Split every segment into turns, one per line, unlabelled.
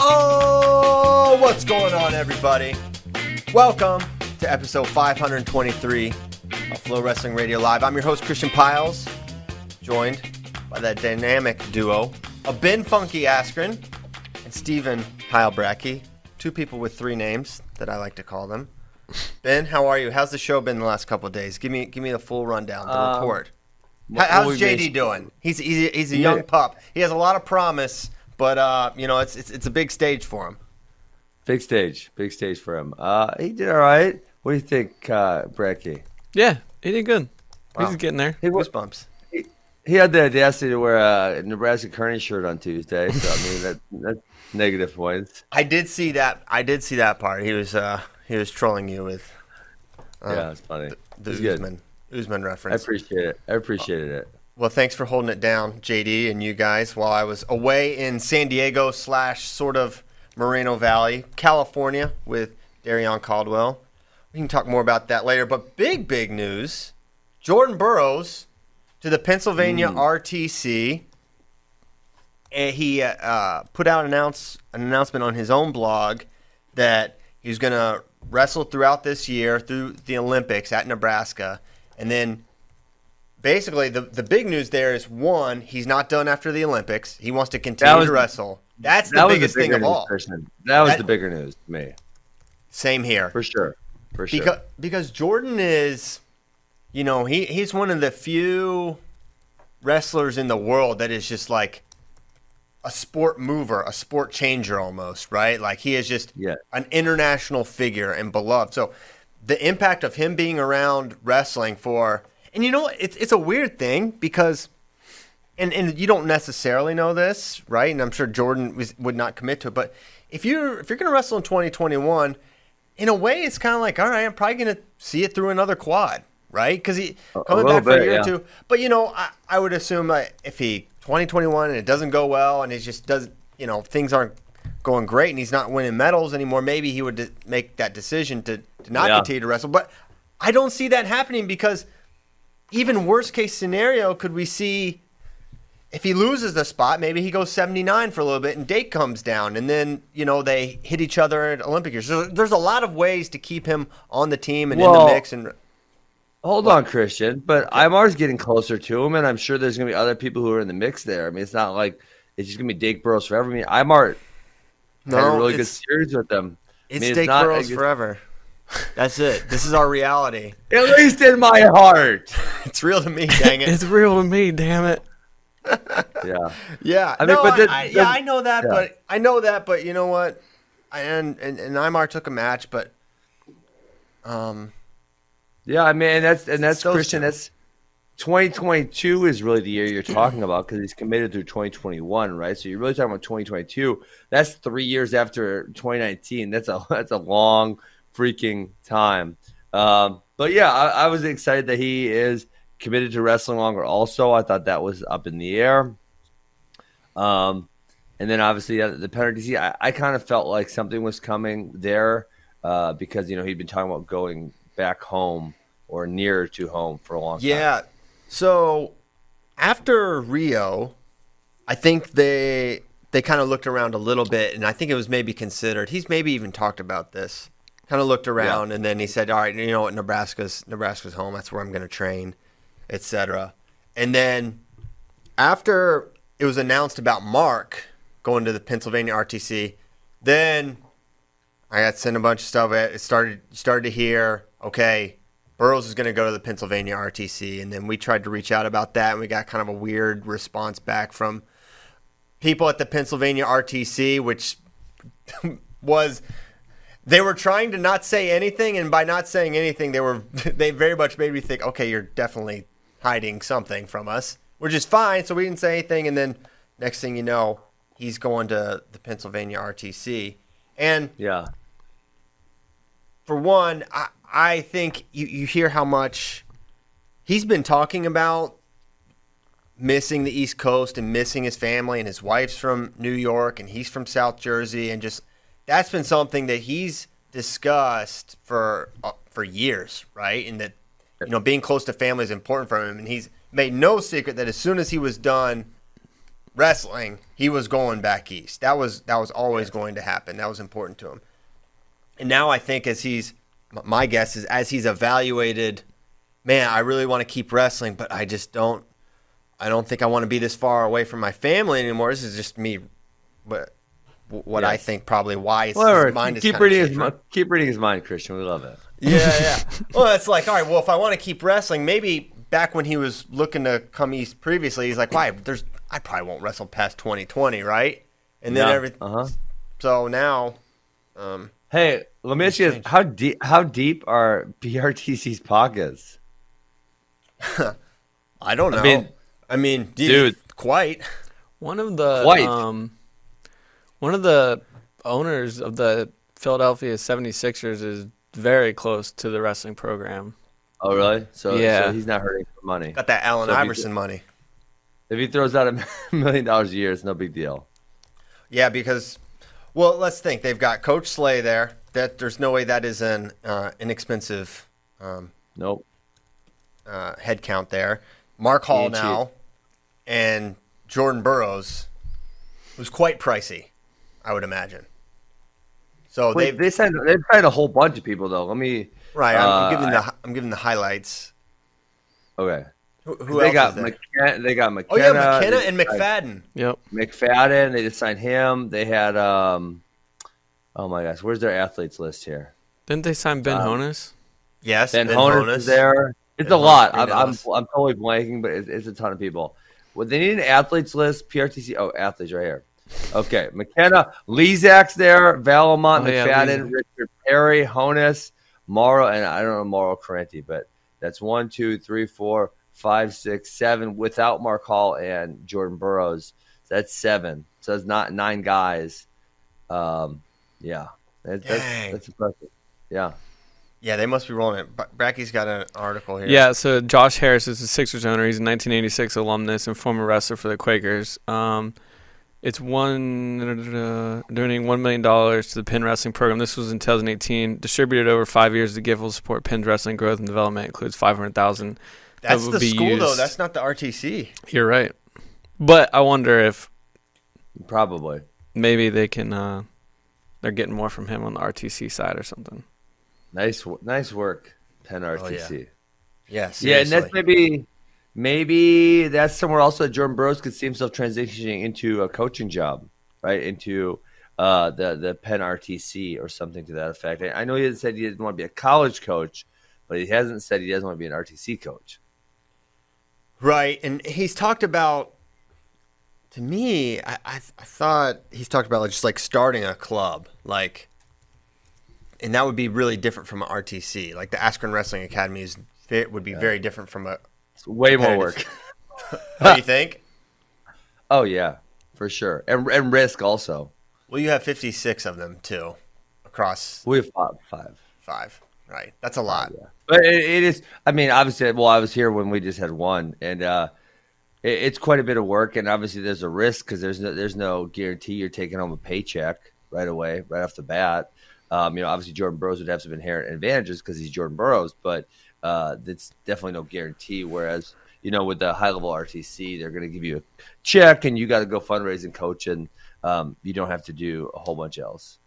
Oh, what's going on, everybody? Welcome to episode 523 of Flow Wrestling Radio Live. I'm your host, Christian Piles, joined by that dynamic duo of Ben Funky Askren and Stephen Heilbracke, two people with three names that I like to call them. Ben, how are you? How's the show been the last couple of days? Give me give me the full rundown, the report. How,
Um, what
how's
we
JD
missed-
doing? He's he's, he's a
Yeah.
young pup. He has a lot of promise, but uh, you know it's, it's it's a big stage for him.
Big stage, big stage for him. Uh, he did all right. What do you think, uh, Bracky?
Yeah, he did good.
Wow.
He's getting there.
He, wa-
Goosebumps.
he had the audacity to wear a Nebraska Kearney shirt on Tuesday. So I mean, that, that's negative points.
I did see that. I did see that part. He was uh he was trolling you with
yeah, it's funny.
Uh, the
It's good.
Usman Usman
I
reference.
appreciate it. I appreciated it.
well, thanks for holding it down, JD, and you guys while I was away in San Diego slash sort of Moreno Valley, California, with Darion Caldwell. We can talk more about that later. But big big news: Jordan Burroughs to the Pennsylvania
Hmm.
RTC. and he uh, uh, put out an, announce, an announcement on his own blog that he was going to wrestle throughout this year through the Olympics at Nebraska. And then basically, the, the big news there is one, he's not done after the Olympics. He wants to continue
was-
to wrestle. That's the
that was
biggest
the
thing
bigger
of all.
news, Christian. That was
That-
the bigger news to me,
Same here.
for sure. For sure.
because because Jordan is, you know, he he's one of the few wrestlers in the world that is just like a sport mover, a sport changer almost, right? Like he is just
Yeah.
an international figure and beloved. So the impact of him being around wrestling for and you know what? it's it's a weird thing because and and you don't necessarily know this, right? And I'm sure Jordan was, would not commit to it, but if you're if you're going to wrestle in 2021, in a way, it's kind of like, all right, I'm probably going to see it through another quad, right? Because he coming
little
back for a
bit,
year or
yeah.
two, but you know, I, I would assume like, if he 2021 and it doesn't go well, and it just does, you know, things aren't going great, and he's not winning medals anymore, maybe he would de- make that decision to, to not
Yeah.
continue to wrestle. But I don't see that happening because even worst case scenario, could we see if he loses the spot, maybe he goes 79 for a little bit and Date comes down and then, you know, they hit each other at Olympic years. So there's a lot of ways to keep him on the team and in
Well-
the mix and
Hold on, Christian. But I'm always getting closer to him, and I'm sure there's going to be other people who are in the mix there. I mean, it's not like it's just going to be Dake Burrows forever. I mean, I'm already had
No,
a really good
it's-
series with them. I
it's
mean,
Dake
not-
Burrows forever. That's it. This is our reality.
At least in my heart.
It's real to me, dang it.
It's real to me, damn it.
Yeah.
Yeah.
I mean,
no,
but the-
I, I-
the-
yeah, I know that,
yeah.
but I know that, but you know what? And and, and Imar took a match, but um,
Yeah, I mean, and that's and that's
those
Christian.
two.
That's 2022 is really the year you're talking about because he's committed through 2021, right? So you're really talking about 2022. That's three years after 2019. That's a that's a long freaking time. Um, but yeah, I, I was excited that he is committed to wrestling longer. Also, I thought that was up in the air. Um, and then obviously uh, the penalties. I, I kind of felt like something was coming there uh, because you know he'd been talking about going back home or nearer to home for a long time.
Yeah. So after Rio, I think they they kind of looked around a little bit, and I think it was maybe considered. He's maybe even talked about this. Kind of looked around, and then he said, "All right, you know what? Nebraska's Nebraska's home. That's where I'm going to train, etc." And then after it was announced about Mark going to the Pennsylvania RTC, then I got sent a bunch of stuff. It started started to hear, okay, Burroughs is going to go to the Pennsylvania RTC, and then we tried to reach out about that, and we got kind of a weird response back from people at the Pennsylvania RTC, which was they were trying to not say anything, and by not saying anything, they were they very much made me think, okay, you're definitely hiding something from us, which is fine. So we didn't say anything, and then next thing you know, he's going to the Pennsylvania RTC, and
Yeah.
for one, I, I think you, you hear how much he's been talking about missing the East Coast and missing his family, and his wife's from New York and he's from South Jersey, and just that's been something that he's discussed for uh, for years, right? And that you know, being close to family is important for him, and he's made no secret that as soon as he was done wrestling, he was going back east. That was that was always going to happen. That was important to him. And now I think as he's m- my guess is as he's evaluated, man, I really want to keep wrestling, but I just don't I don't think I want to be this far away from my family anymore. This is just me but wh- what I
Yes.
think probably why his, his
Whatever.
mind is
Keep
kinda
reading his
changed.
mind. Keep reading his mind, Christian. We love it.
Yeah, yeah. Well, it's like, all right, well, if I want to keep wrestling, maybe back when he was looking to come east previously, he's like, why? There's, I probably won't wrestle past 2020, right? And then everything.
Uh huh.
So now, um,
Hey, let me ask you: this. How deep? How deep are PRTC's pockets?
I don't know. I mean,
mean,
dude,
dude.
quite.
One of the
Quite.
um, one of the owners of the Philadelphia 76ers is very close to the wrestling program.
Oh, really? So, yeah.
Yeah.
so he's not hurting for money.
Got that Allen
So if you
Iverson money.
If he throws out a million dollars a year, it's no big deal.
Yeah, because, well, let's think. They've got Coach Slay there. That There's no way that is an uh, inexpensive um,
Nope.
uh, head count there. Mark Hall
Yeah, cheap.
now, and Jordan Burroughs was quite pricey, I would imagine. So
Wait,
they've
they signed. They signed a whole bunch of people though. Let me.
right. I'm, I'm
uh,
giving the hi- I'm giving the highlights.
Okay.
Who, who
They
else
got,
is there?
McKen- they got McKenna.
oh yeah, McKenna
they
and
signed
McFadden.
Yep.
McFadden. They just signed him. They had. um Oh my gosh, where's their athletes list here?
Didn't they sign Ben Honus?
Yes,
Ben,
Ben
Honus,
Honus.
is there. It's
Ben
a lot.
Honus,
I'm, I'm,
Green
I'm totally blanking, but it's, it's a ton of people. Well, they need an athletes list. PRTC. Oh, athletes right here. Okay, McKenna, Lezak's there. Valamont,
Oh, yeah,
McFadden,
Lezak.
Richard Perry, Honus, Morrow, and I don't know Morrow Carenti, but that's one, two, three, four, five, six, seven without Mark Hall and Jordan Burroughs. That's seven. So that's not nine guys. Um, yeah, That- that's,
Dang.
that's impressive. Yeah.
Yeah, they must be rolling it. Bra- Bracky's got an article here.
Yeah, so Josh Harris is the Sixers owner. He's a 1986 alumnus and former wrestler for the Quakers. Um, it's one uh, donating one million dollars to the Penn Wrestling Program. This was in 2018. Distributed over five years, the gift will support Penn's wrestling growth and development. Includes 500,000.
that's
would
the
be
school though.
used-
That's not the RTC.
You're right, but I wonder if
Probably.
maybe they can. Uh, they're getting more from him on the RTC side or something.
Nice, wo- nice work, Penn RTC. yeah.
Yes.
and that's maybe, maybe that's somewhere else that Jordan Burroughs could see himself transitioning into a coaching job, right? Into uh, the the Penn RTC or something to that effect. I, I know he had said he didn't want to be a college coach, but he hasn't said he doesn't want to be an RTC coach.
Right, and he's talked about. To me, I, I I thought he's talked about like just like starting a club, like, and that would be really different from an RTC. Like the Askren Wrestling Academy is it would be very different from a.
It's way more
Competitive.
work.
What do you think?
Oh yeah, for sure, and and risk also.
Well, you have fifty six of them too, across
We have five. five.
five. Right, that's a lot.
But it, it is. I mean, obviously, well, I was here when we just had one, and uh, it, it's quite a bit of work. And obviously, there's a risk because there's no there's no guarantee you're taking home a paycheck right away, right off the bat. Um, you know, obviously, Jordan Burroughs would have some inherent advantages because he's Jordan Burroughs, but uh, that's definitely no guarantee. Whereas, you know, with the high level RTC, they're going to give you a check, and you got to go fundraise and coach, and um, you don't have to do a whole bunch else.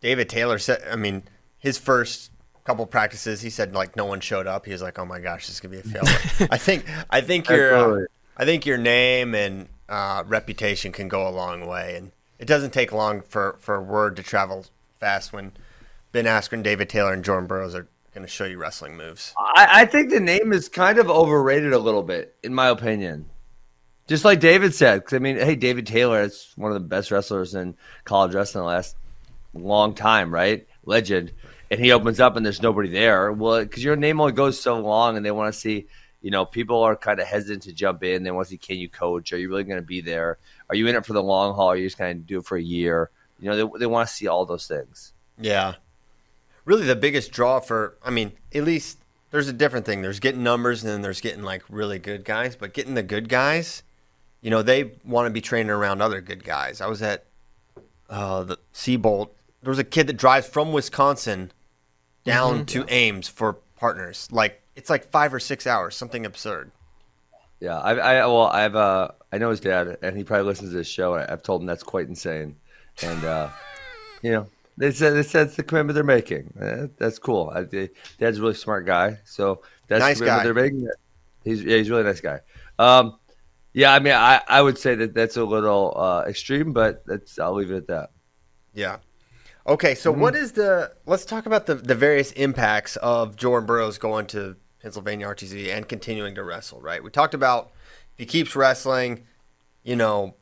David Taylor said, I mean, his first couple practices, he said like no one showed up. He was like, oh my gosh, this is gonna be a failure. I think I think your uh,
Absolutely.
I think your name and uh, reputation can go a long way, and it doesn't take long for for word to travel fast when Ben Askren, David Taylor, and Jordan Burroughs are gonna show you wrestling moves.
I, I think the name is kind of overrated a little bit, in my opinion. Just like David said, 'cause, I mean, hey, David Taylor is one of the best wrestlers in college wrestling the last long time, right? Legend. And he opens up and there's nobody there. Well, because your name only goes so long, and they want to see, you know, people are kind of hesitant to jump in. They want to see, can you coach? Are you really going to be there? Are you in it for the long haul? Are you just going to do it for a year? You know, they, they want to see all those things.
Yeah, really the biggest draw for I mean, at least there's a different thing. There's getting numbers, and then there's getting like really good guys. But getting the good guys, you know, they want to be training around other good guys. I was at uh, the Seabolt. There was a kid that drives from Wisconsin down to Ames for partners. Like it's like five or six hours, something absurd.
Yeah, I, I well, I've uh, I know his dad, and he probably listens to this show. And I've told him that's quite insane, and uh, you know, they said they said it's the commitment they're making. Eh, That's cool. I, they, dad's a really smart guy, so that's
Nice
the commitment
guy.
they're making. He's yeah, he's a really nice guy. Um, yeah, I mean, I, I would say that that's a little uh, extreme, but that's I'll leave it at that.
Yeah. Okay, so what is the? Let's talk about the the various impacts of Jordan Burroughs going to Pennsylvania RTZ and continuing to wrestle. Right, we talked about if he keeps wrestling, you know,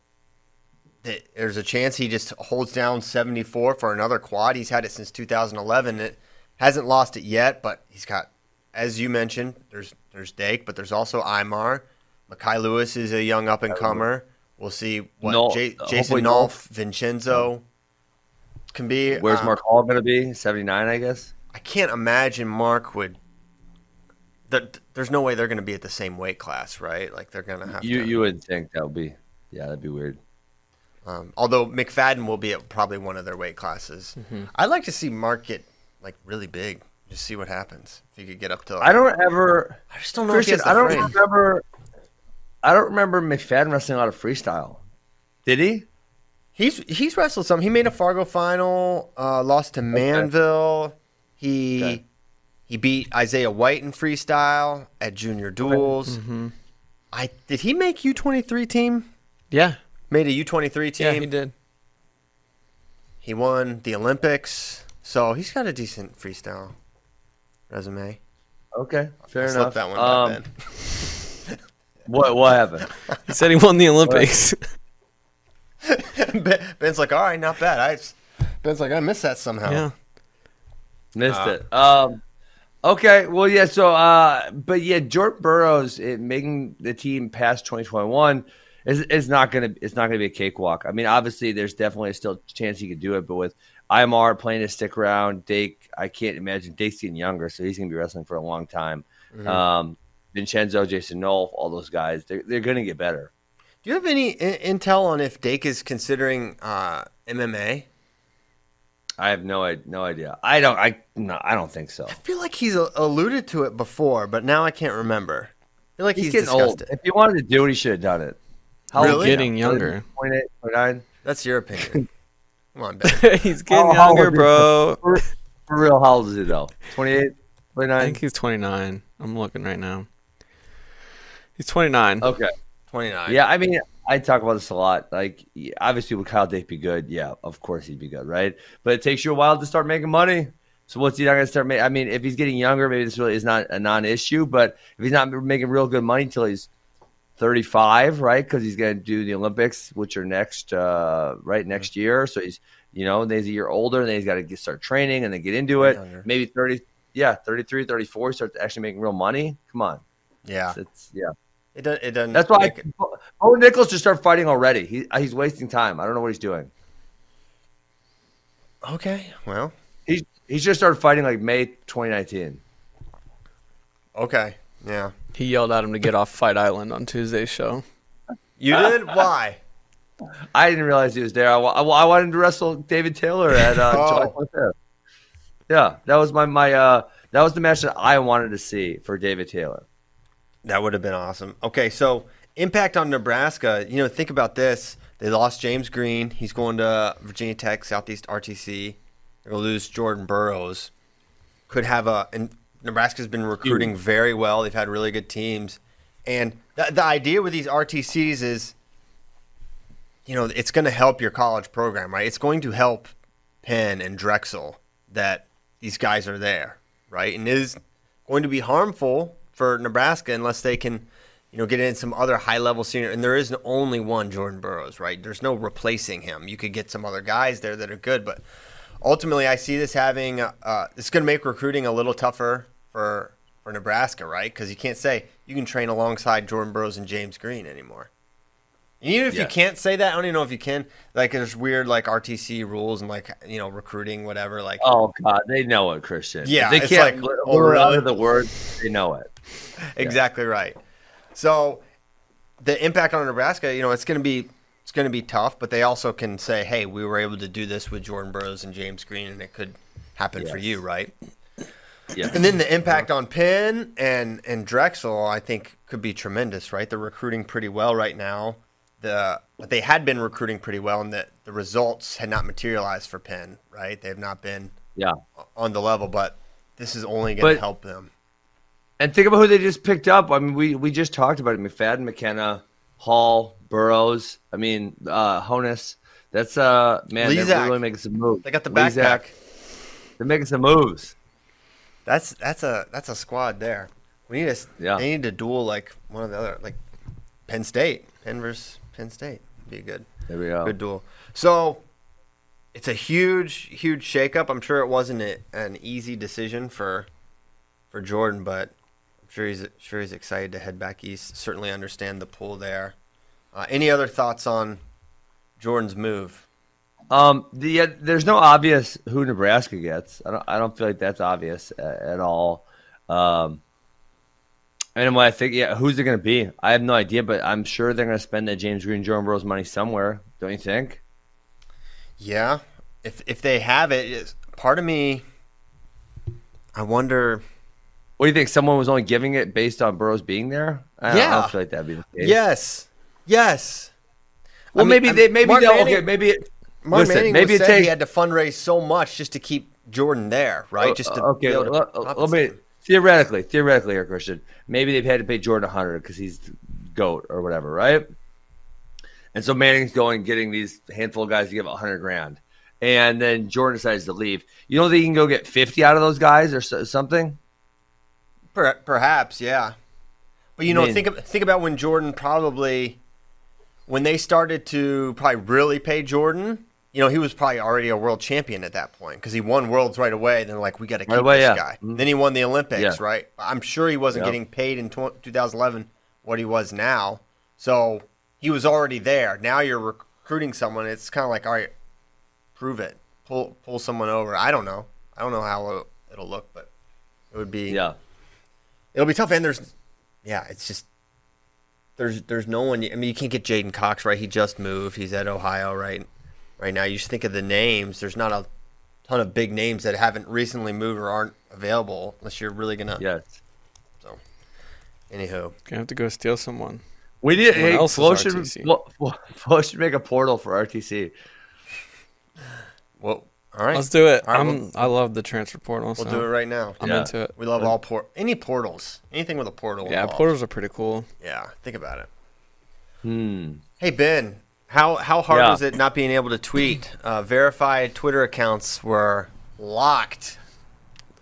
that there's a chance he just holds down 74 for another quad. He's had it since 2011. It hasn't lost it yet, but he's got, as you mentioned, there's there's Dake, but there's also Imar. Makai Lewis is a young up and comer. We'll see what
Nol-
Ja- Jason
hopefully
Nolf, Vincenzo can be.
Where's
Um,
Mark Hall going to be? Seventy nine, I guess.
I can't imagine Mark would. That there's no way they're going to be at the same weight class, right? Like they're going to have
You
to.
you would think that would be yeah, that'd be weird.
Um, although McFadden will be at probably one of their weight classes.
Mm-hmm.
I'd like to see Mark get like really big. Just see what happens. If he could get up to, like,
I don't ever
I just don't know.
Christian,
if he
I
has the
don't
frame.
remember. I don't remember McFadden wrestling out of freestyle. Did he?
He's he's wrestled some. He made a Fargo final, uh, lost to Manville. He
Okay.
he beat Isaiah White in freestyle at junior duels.
Mm-hmm.
I did he make U twenty three team?
Yeah.
Made a U twenty three
Yeah,
team.
he did.
He won the Olympics, so he's got a decent freestyle resume.
Okay, fair
I
enough.
slept that one.
Um,
by then.
what what happened?
He said he won the Olympics.
Um,
Ben- Ben's like, all right, not bad. I Ben's like, I missed that somehow.
yeah.
Missed it. Um, okay, well, yeah. So, uh, but yeah, Jordan Burroughs it, making the team past twenty twenty one is is not gonna it's not gonna be a cakewalk. I mean, obviously, there's definitely still a chance he could do it, but with IMR playing to stick around, Dake, I can't imagine Dake's getting younger, so he's gonna be wrestling for a long time. Um, Vincenzo, Jason Nolf, all those guys, they're they're gonna get better.
Do you have any i- intel on if Dake is considering uh, MMA?
I have no i- no idea. I don't I no I don't think so.
I feel like he's a- alluded to it before, but now I can't remember. I feel like he's,
He's, getting
discussed
old.
it.
If he wanted to do it, he should have done it. How
Really?
Getting
now?
younger.
28, 29?
That's your opinion. Come on, Ben.
he's getting
How- how
younger,
old is
bro.
For, for real, how old is he though? 28,
I
29?
think he's 29. I'm looking right now. He's 29.
Okay.
29.
Yeah, I mean, I talk about this a lot. Like, yeah, obviously, would Kyle Dake be good? Yeah, of course he'd be good, right? But it takes you a while to start making money. So what's he not going to start making? I mean, if he's getting younger, maybe this really is not a non-issue. But if he's not making real good money until he's 35, right? Because he's going to do the Olympics, which are next, uh, right next year. So he's, you know, then he's a year older, and then he's got to start training and then get into it.
Younger.
Maybe 30, yeah, 33, 34, he starts actually making real money. Come on,
Yeah.
it's yeah.
It, do- it doesn't.
That's why
make it-
I, Bo Nichols should start fighting already. He, uh, he's wasting time. I don't know what he's doing.
Okay. Well,
He he should start fighting like May 2019.
okay. Yeah.
He yelled at him to get off Fight Island on Tuesday's show.
You did? Why?
I didn't realize he was there. I, wa- I, wa- I wanted to wrestle David Taylor at uh,
Oh.
July 25th. Yeah, that was my my uh, that was the match that I wanted to see for David Taylor.
That would have been awesome. Okay, so impact on Nebraska. You know, think about this. They lost James Green. He's going to Virginia Tech Southeast RTC. They're going to lose Jordan Burroughs. Could have a and Nebraska's been recruiting very well. They've had really good teams. And the, the idea with these RTCs is you know, it's going to help your college program, right? It's going to help Penn and Drexel that these guys are there, right? And it is going to be harmful for Nebraska unless they can, you know, get in some other high level senior. And there is only one Jordan Burroughs, right? There's no replacing him. You could get some other guys there that are good, but ultimately, I see this having uh, uh, it's going to make recruiting a little tougher for for Nebraska, right? Because you can't say you can train alongside Jordan Burroughs and James Green anymore. And even if you
Yeah.
can't say that, I don't even know if you can. Like, there's weird like RTC rules and like you know recruiting whatever. Like,
Oh God, they know it, Christian.
Yeah,
they
it's
can't
like,
like,
oh, really?
the words. They know it.
exactly right. So the impact on Nebraska, you know, it's going to be it's going to be tough, but they also can say, "Hey, we were able to do this with Jordan Burroughs and James Green, and it could happen for
Yes.
you, right?"
Yes.
And then the impact on Penn and and Drexel, I think, could be tremendous, right? They're recruiting pretty well right now. The they had been recruiting pretty well, and the, the results had not materialized for Penn, right? They have not been
Yeah.
on the level, but this is only going
But-
to help them.
And think about who they just picked up. I mean, we, we just talked about it. McFadden, McKenna, Hall, Burrows. I mean, uh, Honus. That's uh man. They're
Lezak.
really making some moves.
They got the
Lezak.
backpack.
They're making some moves.
That's that's a that's a squad there. We need to
Yeah.
they need to duel like one of the other like Penn State, Penn versus Penn State. Be good.
There we go.
Good duel. So it's a huge, huge shakeup. I'm sure it wasn't a, an easy decision for for Jordan, but I'm sure he's sure he's excited to head back east. Certainly understand the pull there. Uh, any other thoughts on Jordan's move?
Um, the, yeah, there's no obvious who Nebraska gets. I don't. I don't feel like that's obvious uh, at, at all. Um, and when I think, yeah, who's it going to be? I have no idea, but I'm sure they're going to spend that James Green, Jordan Burroughs money somewhere. Don't you think?
Yeah, if if they have it, it's, part of me, I wonder.
What do you think? Someone was only giving it based on Burroughs being there. I don't, I
Yeah.
don't feel like that'd be the case.
Yes, yes.
Well,
I mean,
maybe
I'm-
they. Maybe
Mark
they'll.
Manning-
okay. Maybe. It,
Mark
listen.
Manning
maybe
was
it
said
takes.
he had to fundraise so much just to keep Jordan there, right? Just to
Uh, okay.
be able to
let- let
compensate
me
him.
theoretically, theoretically, here, Christian. Maybe they've had to pay Jordan a hundred because he's the goat or whatever, right? And so Manning's going getting these handful of guys to give a hundred grand, and then Jordan decides to leave. You don't think he can go get fifty out of those guys or so, something?
Per- perhaps, yeah. But you
I
know,
mean-
think ab- think about when Jordan probably when they started to probably really pay Jordan. You know, he was probably already a world champion at that point because he won worlds right away. Then like we got to keep
Right away,
this
yeah. Mm-hmm.
guy. Then he won the Olympics,
Yeah.
right? I'm sure he wasn't
Yeah.
getting paid in tw- 2011 what he was now. So he was already there. Now you're recruiting someone. It's kind of like all right, prove it. Pull pull someone over. I don't know. I don't know how it'll- it'll look, but it would be
Yeah.
It'll be tough, and there's, yeah, it's just there's there's no one. I mean, you can't get Jaden Cox right. He just moved. He's at Ohio right right now. You just think of the names. There's not a ton of big names that haven't recently moved or aren't available unless you're really gonna.
Yes.
So, anywho,
Gonna have to go steal someone.
We need.
Someone
Hey,
else's
Flo should,
RTC.
Flo, Flo- Flo should make a portal for RTC.
well, all right,
Let's do it.
All right,
I'm, I love the transfer portal. So
we'll do it right now.
I'm
Yeah.
into it.
We love all port any portals, anything with a portal.
Yeah,
involved.
portals are pretty cool.
Yeah, think about it. Hmm. Hey Ben, how how hard
Yeah.
was it not being able to tweet? Uh, verified Twitter accounts were locked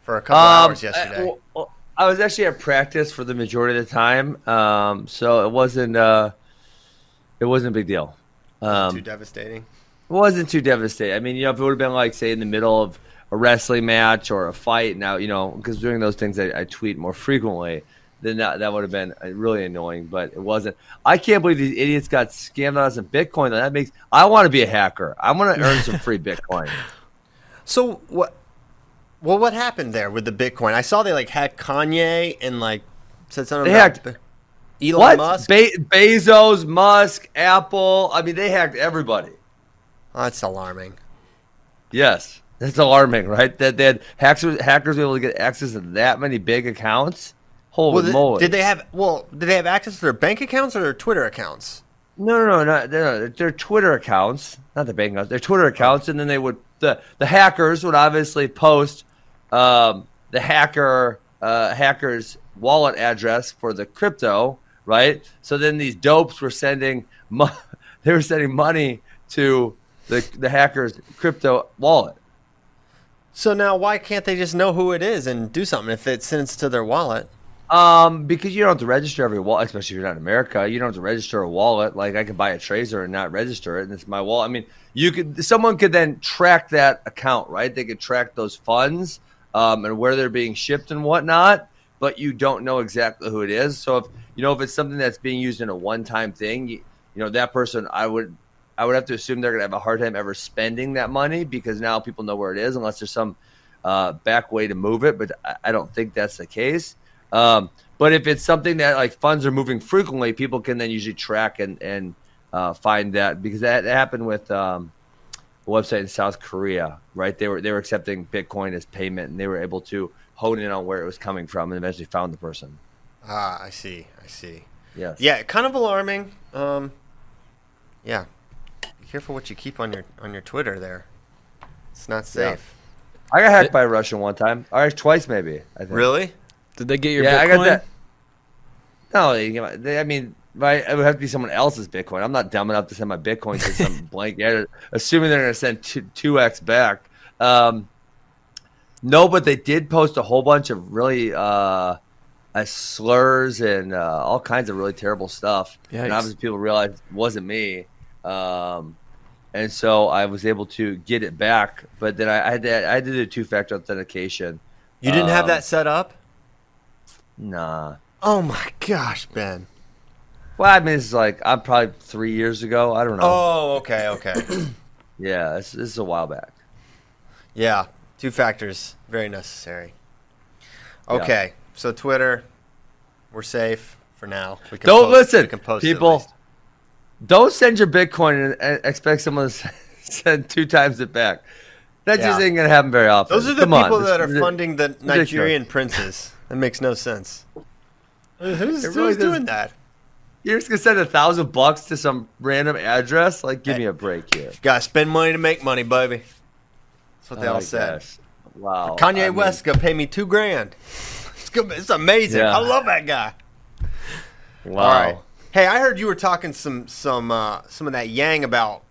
for a couple hours
I-
yesterday.
well, well, uh, I, was actually at practice for the majority of the time, um, so it wasn't uh, it wasn't a big deal. Um,
Too
it
devastating.
wasn't too devastating. I mean, you know, if it would have been like say in the middle of a wrestling match or a fight, now you know, because during those things I, I tweet more frequently, then that, that would have been uh, really annoying. But it wasn't. I can't believe these idiots got scammed out of some Bitcoin. That makes I want to be a hacker. I want to earn some free Bitcoin.
So what? Well, what happened there with the Bitcoin? I saw they like hacked Kanye and like said something
They
about
hacked-
Be- Elon
What?
Musk.
Be- Bezos, Musk, Apple. I mean, they hacked everybody.
oh, that's alarming.
Yes, that's alarming, right? That that hackers hackers were able to get access to that many big accounts. Holy
Well, th-
moly!
did they have well? Did they have access to their bank accounts or their Twitter accounts?
No, no, no, not, no, no. Their Twitter accounts, not the bank accounts. Their Twitter accounts, and then they would the the hackers would obviously post um, the hacker uh, hacker's wallet address for the crypto, right? So then these dopes were sending mo- they were sending money to the the hacker's crypto wallet.
So now, why can't they just know who it is and do something if it sends to their wallet?
Um, because you don't have to register every wallet, especially if you're not in America. You don't have to register a wallet. Like I could buy a Tracer and not register it, and it's my wallet. I mean, you could someone could then track that account, right? They could track those funds um, and where they're being shipped and whatnot. But you don't know exactly who it is. So if you know if it's something that's being used in a one-time thing, you, you know that person. I would I would have to assume they're going to have a hard time ever spending that money because now people know where it is, unless there's some uh, back way to move it. But I, I don't think that's the case. Um, but if it's something that like funds are moving frequently, people can then usually track and and uh, find that because that, that happened with um, a website in South Korea, right? They were they were accepting Bitcoin as payment, and they were able to hone in on where it was coming from, and eventually found the person.
Ah, I see. I see.
Yes.
Yeah, kind of alarming. Um, yeah, be careful what you keep on your on your Twitter there. It's not
Yeah.
safe.
I got hacked by a Russian one time, or twice maybe. I think.
Really?
Did they get your
yeah,
Bitcoin?
I got that. No, you know, they, I mean, my, it would have to be someone else's Bitcoin. I'm not dumb enough to send my Bitcoin to some blank editor, assuming they're going to send two- two x back. Um, no, but they did post a whole bunch of really uh, uh, slurs and uh, all kinds of really terrible stuff.
Yikes.
And obviously, people realized it wasn't me. Um, and so I was able to get it back, but then I, I had to, I had to do two factor authentication.
You didn't have
Um,
that set up?
Nah.
Oh my gosh, Ben.
Well, I mean, it's like I'm probably three years ago. I don't know.
Oh, okay, okay.
Yeah, this, this is a while back.
yeah, two factors, very necessary.
Yeah.
Okay, so Twitter, we're safe for now. We can
Don't
post-
listen,
we can post at
people.
least.
Don't send your Bitcoin and, and expect someone to s- send two times it back. That just
Yeah.
ain't gonna happen very often.
Those are the
Come on,
people
this-
that are
this-
funding the Nigerian princes. That makes no sense. Who's, who's
really does-
doing that?
You're just gonna send a thousand bucks to some random address? Like, give
Hey.
me a break here.
Got to spend money to make money, baby. That's what they all
Oh my
said.
gosh. Wow.
Kanye
Oh, I mean,
West gonna pay me two grand. It's, gonna, it's amazing.
Yeah.
I love that guy.
Wow.
All right. Hey, I heard you were talking some some uh, some of that yang about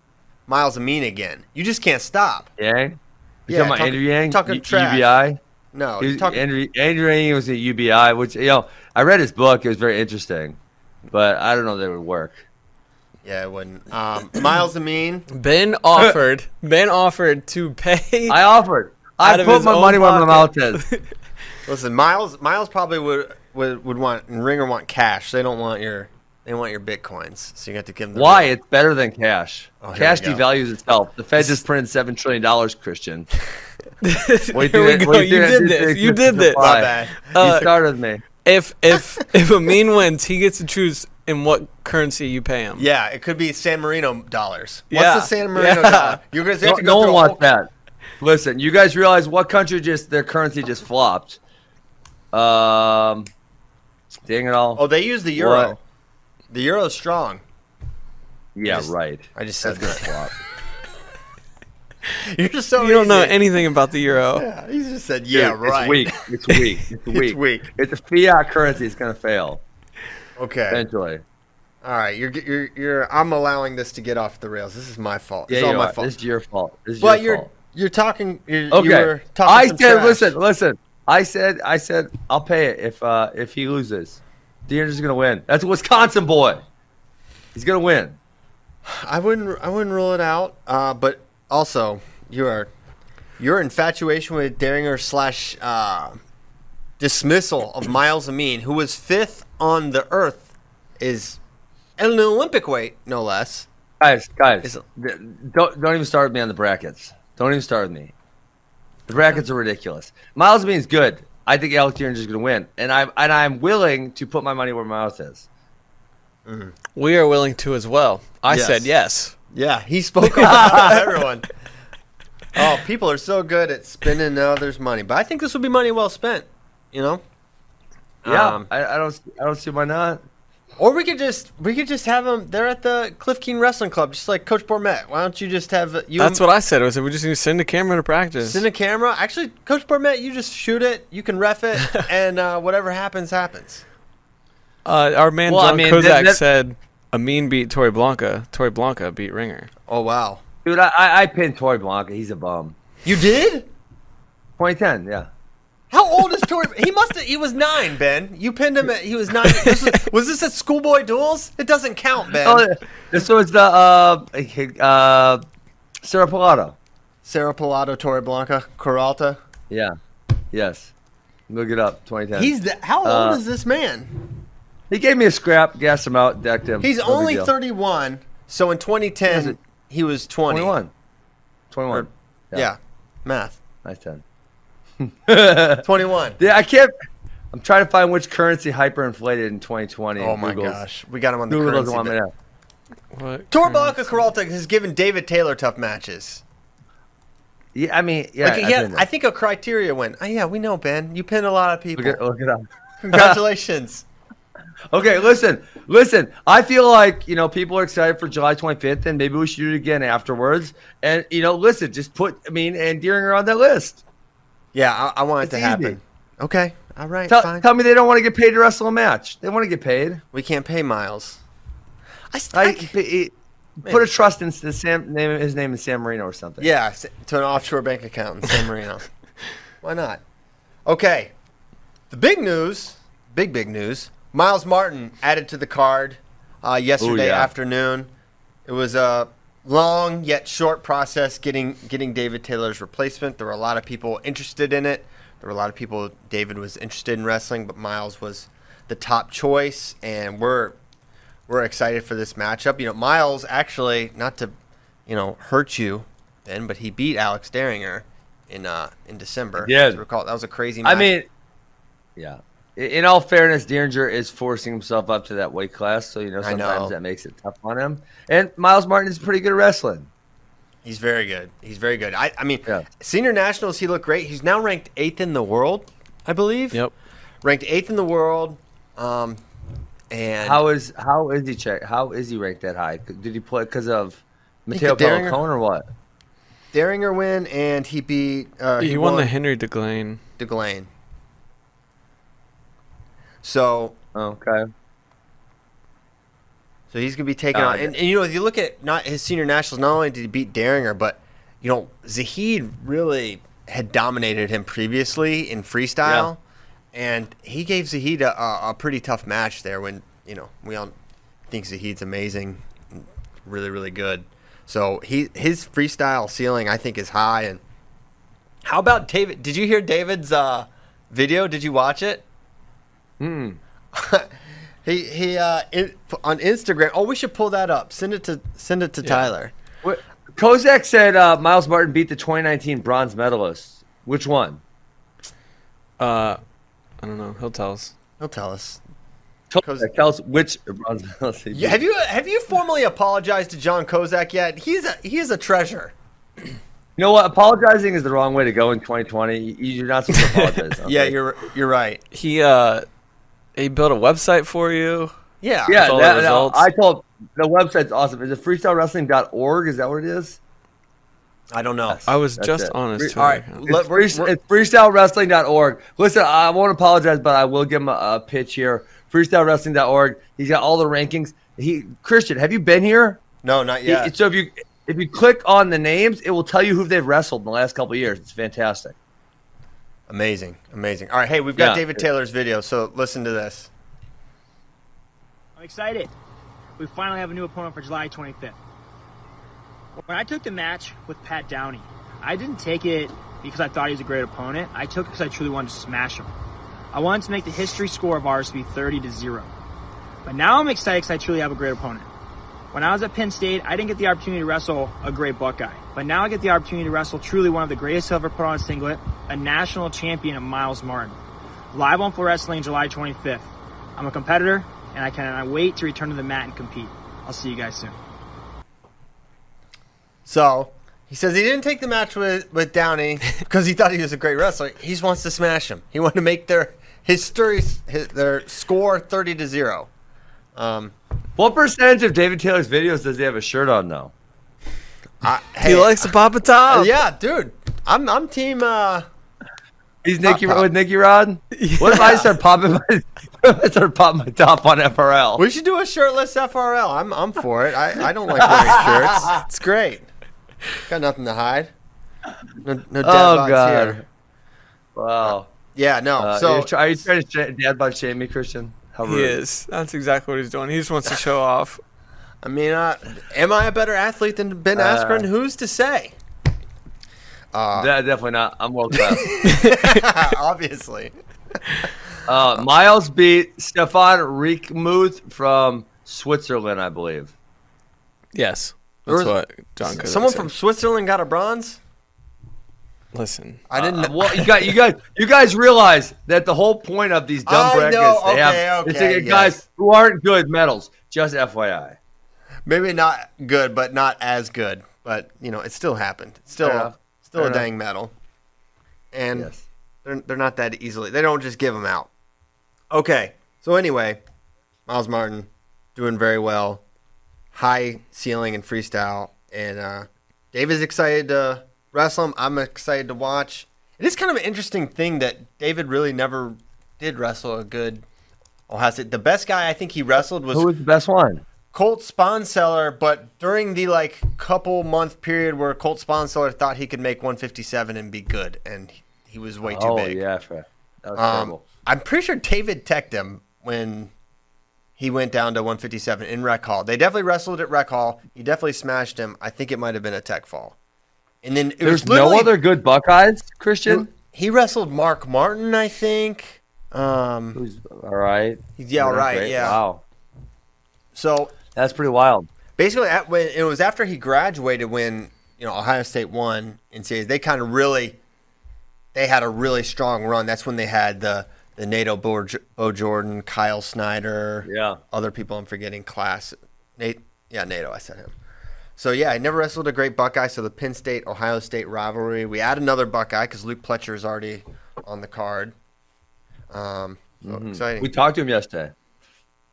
Miles Amin again. You just can't stop.
Yang. You
Yeah,
talking about
talk-
Andrew Yang?
talking
U-
trash.
UBI.
No,
He
Oh, you're
was-
talking.
Andrew, Andrew Yang was at UBI, which you know I read his book. It was very interesting, but I don't know that it would work.
yeah, it wouldn't. Um, Miles Amin.
Ben offered. ben offered to pay.
I offered. I
Out of
put
his
my
own
money where my mouth
pocket.
is.
Listen, Miles. Miles probably would would, would want and Ringer want cash. They don't want your they want your bitcoins. So you got to give them. the
Why?
real-
It's better than cash.
Oh, here
cash
we go.
devalues itself. The Fed just printed seven trillion dollars, Christian. What
Here we
think-
go.
what
You
think I
did this.
to
You did
Christian
this.
Supply?
My bad.
you
Uh,
started me.
If if if Amin wins, he gets to choose in what currency you pay him.
Yeah, it could be San Marino dollars. What's
Yeah.
the San Marino
Yeah.
dollar? You're gonna have
No,
to
no
go
one
through a
wants
whole-
that. Listen, you guys realize what country just their currency just flopped? Um, dang it all.
Oh, they use the euro.
What?
The euro's strong.
yeah,
just-
right.
I just said
That's
that.
gonna flop.
You're just so.
You don't know
easy.
anything about the euro.
Yeah, he just said,
Dude,
"Yeah, right."
It's weak. It's weak. It's weak.
weak.
It's a fiat currency. It's gonna fail
Okay.
eventually.
All right. You're you're you're. I'm allowing this to get off the rails. This is my fault.
Yeah,
it's
you
all my
are.
fault.
This is your fault. This is
but
your
you're
fault.
you're talking. You're,
Okay.
You were talking
I
some
said,
trash.
listen, listen. I said, I said, I'll pay it if uh, if he loses. Deandre's gonna win. That's a Wisconsin boy. He's gonna win.
I wouldn't. I wouldn't rule it out. Uh, but also, you are your infatuation with Derringer slash uh, dismissal of Miles Amin, who was fifth on the earth, is at an Olympic weight, no less.
Guys, guys,
Is-
th- don't don't even start with me on the brackets. Don't even start with me. The brackets are ridiculous. Miles Bean's good. I think Alex Deandre's gonna win, and I'm and I'm willing to put my money where my mouth is.
We are willing to as well. I
Yes.
said yes.
Yeah, he spoke on behalf of everyone. Oh, people are so good at spending others' money, but I think this would be money well spent. You know,
Yeah,
Um,
I, I don't I don't see why not.
Or we could just we could just have them. They're at the Cliff Keen Wrestling Club, just like Coach Bormet. Why don't you just have you?
That's what I said. I said we just need to send a camera to practice.
Send a camera. Actually, Coach Bormet, you just shoot it. You can ref it, and uh, whatever happens, happens.
Uh, our man
Well, I
John
mean,
Kozak
that- that-
said Amin beat Tori Blanca. Tori Blanca beat Ringer.
Oh wow,
Dude, I, I, I pinned Torrey Blanca. He's a bum.
you did?
2010, yeah.
How old is Tori? he must. have He was nine, Ben. You pinned him. At, he was nine. This was, was this at schoolboy duels? It doesn't count, Ben.
Oh, this was the uh, uh, Sarah Pilato.
Sarah Pilato, Torre Blanca, Coralta.
Yeah. Yes. Look it up. 2010.
He's the, how old
Uh,
is this man?
he gave me a scrap, gassed him out, decked him.
He's
No big
only
deal.
thirty-one. So in twenty ten, he was twenty.
21. 21.
Or- Yeah. Math.
Nice 10.
21.
Yeah, I can't. I'm trying to find which currency hyperinflated in 2020.
Oh my
Google's-
gosh. We got him on the
Google doesn't
currency.
want me
bit.
to.
What?
Torbalca Coralta has given David Taylor tough matches.
Yeah, I mean, yeah.
Like, he
I've
had-
been there.
I think a criteria went. Oh yeah, we know Ben. You pin a lot of people.
look it, look it up.
Congratulations.
Okay, listen, listen. I feel like you know people are excited for July 25th, and maybe we should do it again afterwards. And you know, listen, just put I mean and Deeringer on that list.
yeah, I, I want it
It's
to
easy.
happen. Okay. All right.
Tell,
fine.
tell me they don't want to get paid to wrestle a match. They want to get paid.
we can't pay Miles. I, st-
I,
I,
p- it- put a trust in the Sam name his name is Sam Marino or something.
yeah, s- to an offshore bank account in San Marino. Why not? Okay. The big news, big big news. Miles Martin added to the card uh, yesterday
yeah.
afternoon. It was a long yet short process getting getting David Taylor's replacement. There were a lot of people interested in it. There were a lot of people David was interested in wrestling, but Miles was the top choice, and we're we're excited for this matchup. You know, Miles actually not to you know hurt you, Ben, but he beat Alex Derringer in uh in December.
He did.
As you recall that was a crazy.
I
match.
mean, yeah. I- In all fairness, Deeringer is forcing himself up to that weight class, so you know
I know.
sometimes that makes it tough on him. And Miles Martin is pretty good at wrestling.
He's very good. He's very good. I, I mean,
Yeah.
senior nationals, he looked great. He's now ranked eighth in the world, I believe.
Yep.
Ranked eighth in the world. Um, and
How is how is he check? How is he ranked that high? C- Did he play because of Mateo
the Derringer-
Pellicone or what?
Derringer win, and he beat. Uh,
he won the Henry DeGlane.
DeGlane. So,
Oh, okay.
so he's gonna be taking
Uh,
on. And, and you know, if you look at not his senior nationals, not only did he beat Derringer, but you know, Zahid really had dominated him previously in freestyle, and he gave Zahid a, a, a pretty tough match there. When you know, we all think Zahid's amazing, and really, really good. So he his freestyle ceiling, I think, is high. And how about David? Did you hear David's uh, video? Did you watch it?
Hmm.
He he uh, in, on Instagram. Oh, we should pull that up. Send it to send it to Tyler.
What, Kozak said uh, Miles Martin beat the 2019 bronze medalist. Which one?
Uh, I don't know. He'll tell us.
He'll tell us.
Kozak, tell us which bronze medalist. He beat.
Yeah, have you have you formally apologized to John Kozak yet? He's a he is a treasure.
You know what? Apologizing is the wrong way to go in 2020. You- You're not supposed to apologize.
Yeah,
okay?
you're you're right.
He uh, he built a website for you.
Yeah,
Yeah,
all the
that- that-
results.
I told the website's awesome. Is it freestylewrestling.org? Is that what it is?
I don't know.
I was
That's
just
it.
on
Free-
his Twitter.
all right.
account.
It's,
Let- we're-
free,
we're-
it's freestylewrestling.org. Listen, I won't apologize, but I will give him a, a pitch here. Freestylewrestling.org. He's got all the rankings. He Christian, have you been here?
no, not
He-
yet.
so if you if you click on the names, it will tell you who they've wrestled in the last couple of years. It's fantastic.
amazing, amazing. All right, hey, we've got
Yeah.
David Taylor's video, so listen to this.
I'm excited. We finally have a new opponent for July 25th. When I took the match with Pat Downey, I didn't take it because I thought he was a great opponent. I took it because I truly wanted to smash him. I wanted to make the history score of ours to be 30 to 0. But now I'm excited because I truly have a great opponent. When I was at Penn State, I didn't get the opportunity to wrestle a great Buckeye. But now I get the opportunity to wrestle truly one of the greatest to ever put on a singlet, a national champion of Miles Martin. Live on Floor Wrestling July 25th. I'm a competitor, and I cannot wait to return to the mat and compete. I'll see you guys soon.
So he says he didn't take the match with with Downey because he thought he was a great wrestler. He just wants to smash him. He wanted to make their his story his, their score thirty to zero. Um,
What percentage of David Taylor's videos does he have a shirt on though?
I,
he
hey,
likes to pop a top.
Yeah, dude. I'm I'm team uh
He's Nicky
top.
with Nicky Rod. What if I start popping my what if I start popping my top on FRL?
we should do a shirtless FRL. I'm I'm for it. I, I don't like wearing shirts. It's great. Got nothing to hide. No, no dad
Oh,
bods
God.
here.
wow.
Yeah, no.
Uh,
so
are, you try, are you trying to sh- dad bod shame me, Christian? How
He is. That's exactly what he's doing. He just wants to show off.
I mean, uh, am I a better athlete than
Uh,
Ben Askren? Who's to say? Uh,
Yeah, definitely not. I'm world class.
Obviously. Oh.
uh, Miles beat Stefan Riekmuth from Switzerland, I believe.
Yes.
There
That's
was-
what John Kozak
Someone
said.
from Switzerland got a bronze?
Listen.
I didn't
Uh, well, you got you guys you guys realize that the whole point of these dumb
I
brackets
know.
they have
Okay,
is to
okay,
get guys
yes.
who aren't good medals. Just FYI.
Maybe not good, but not as good. But, you know, it still happened. Still
Fair enough.
Still a
enough.
dang medal. And
Yes.
they're, they're not that easily. They don't just give them out. Okay. So, anyway, Miles Martin doing very well. High ceiling and freestyle. And uh, Dave is excited to wrestle him. I'm excited to watch. It is kind of an interesting thing that David really never did wrestle a good Ohio State. The best guy I think he wrestled was
Who was the best one?
Colt Sponseller, but during the like couple month period where Colt Sponseller thought he could make 157 and be good, and he- he was way too
oh
big.
yeah, Fred. That was
Um,
terrible.
I'm pretty sure David teched him when he went down to 157 in rec hall. They definitely wrestled at rec hall. He definitely smashed him. I think it might have been a tech fall. And then it
There's
was literally,
no other good Buckeyes, Christian.
He wrestled Mark Martin, I think. Um,
Who's all right?
yeah, all
That's
right,
great.
yeah.
Wow,
So
that's pretty wild.
basically at, when it was after he graduated when you know ohio state won ncaa they kind of really they had a really strong run that's when they had the the nato bo, bo jordan kyle snyder
Yeah.
other people i'm forgetting class nate yeah nato i said him so yeah i never wrestled a great buckeye so the penn state ohio state rivalry we add another buckeye because luke pletcher is already on the card um so exciting
Mm-hmm. We talked to him yesterday.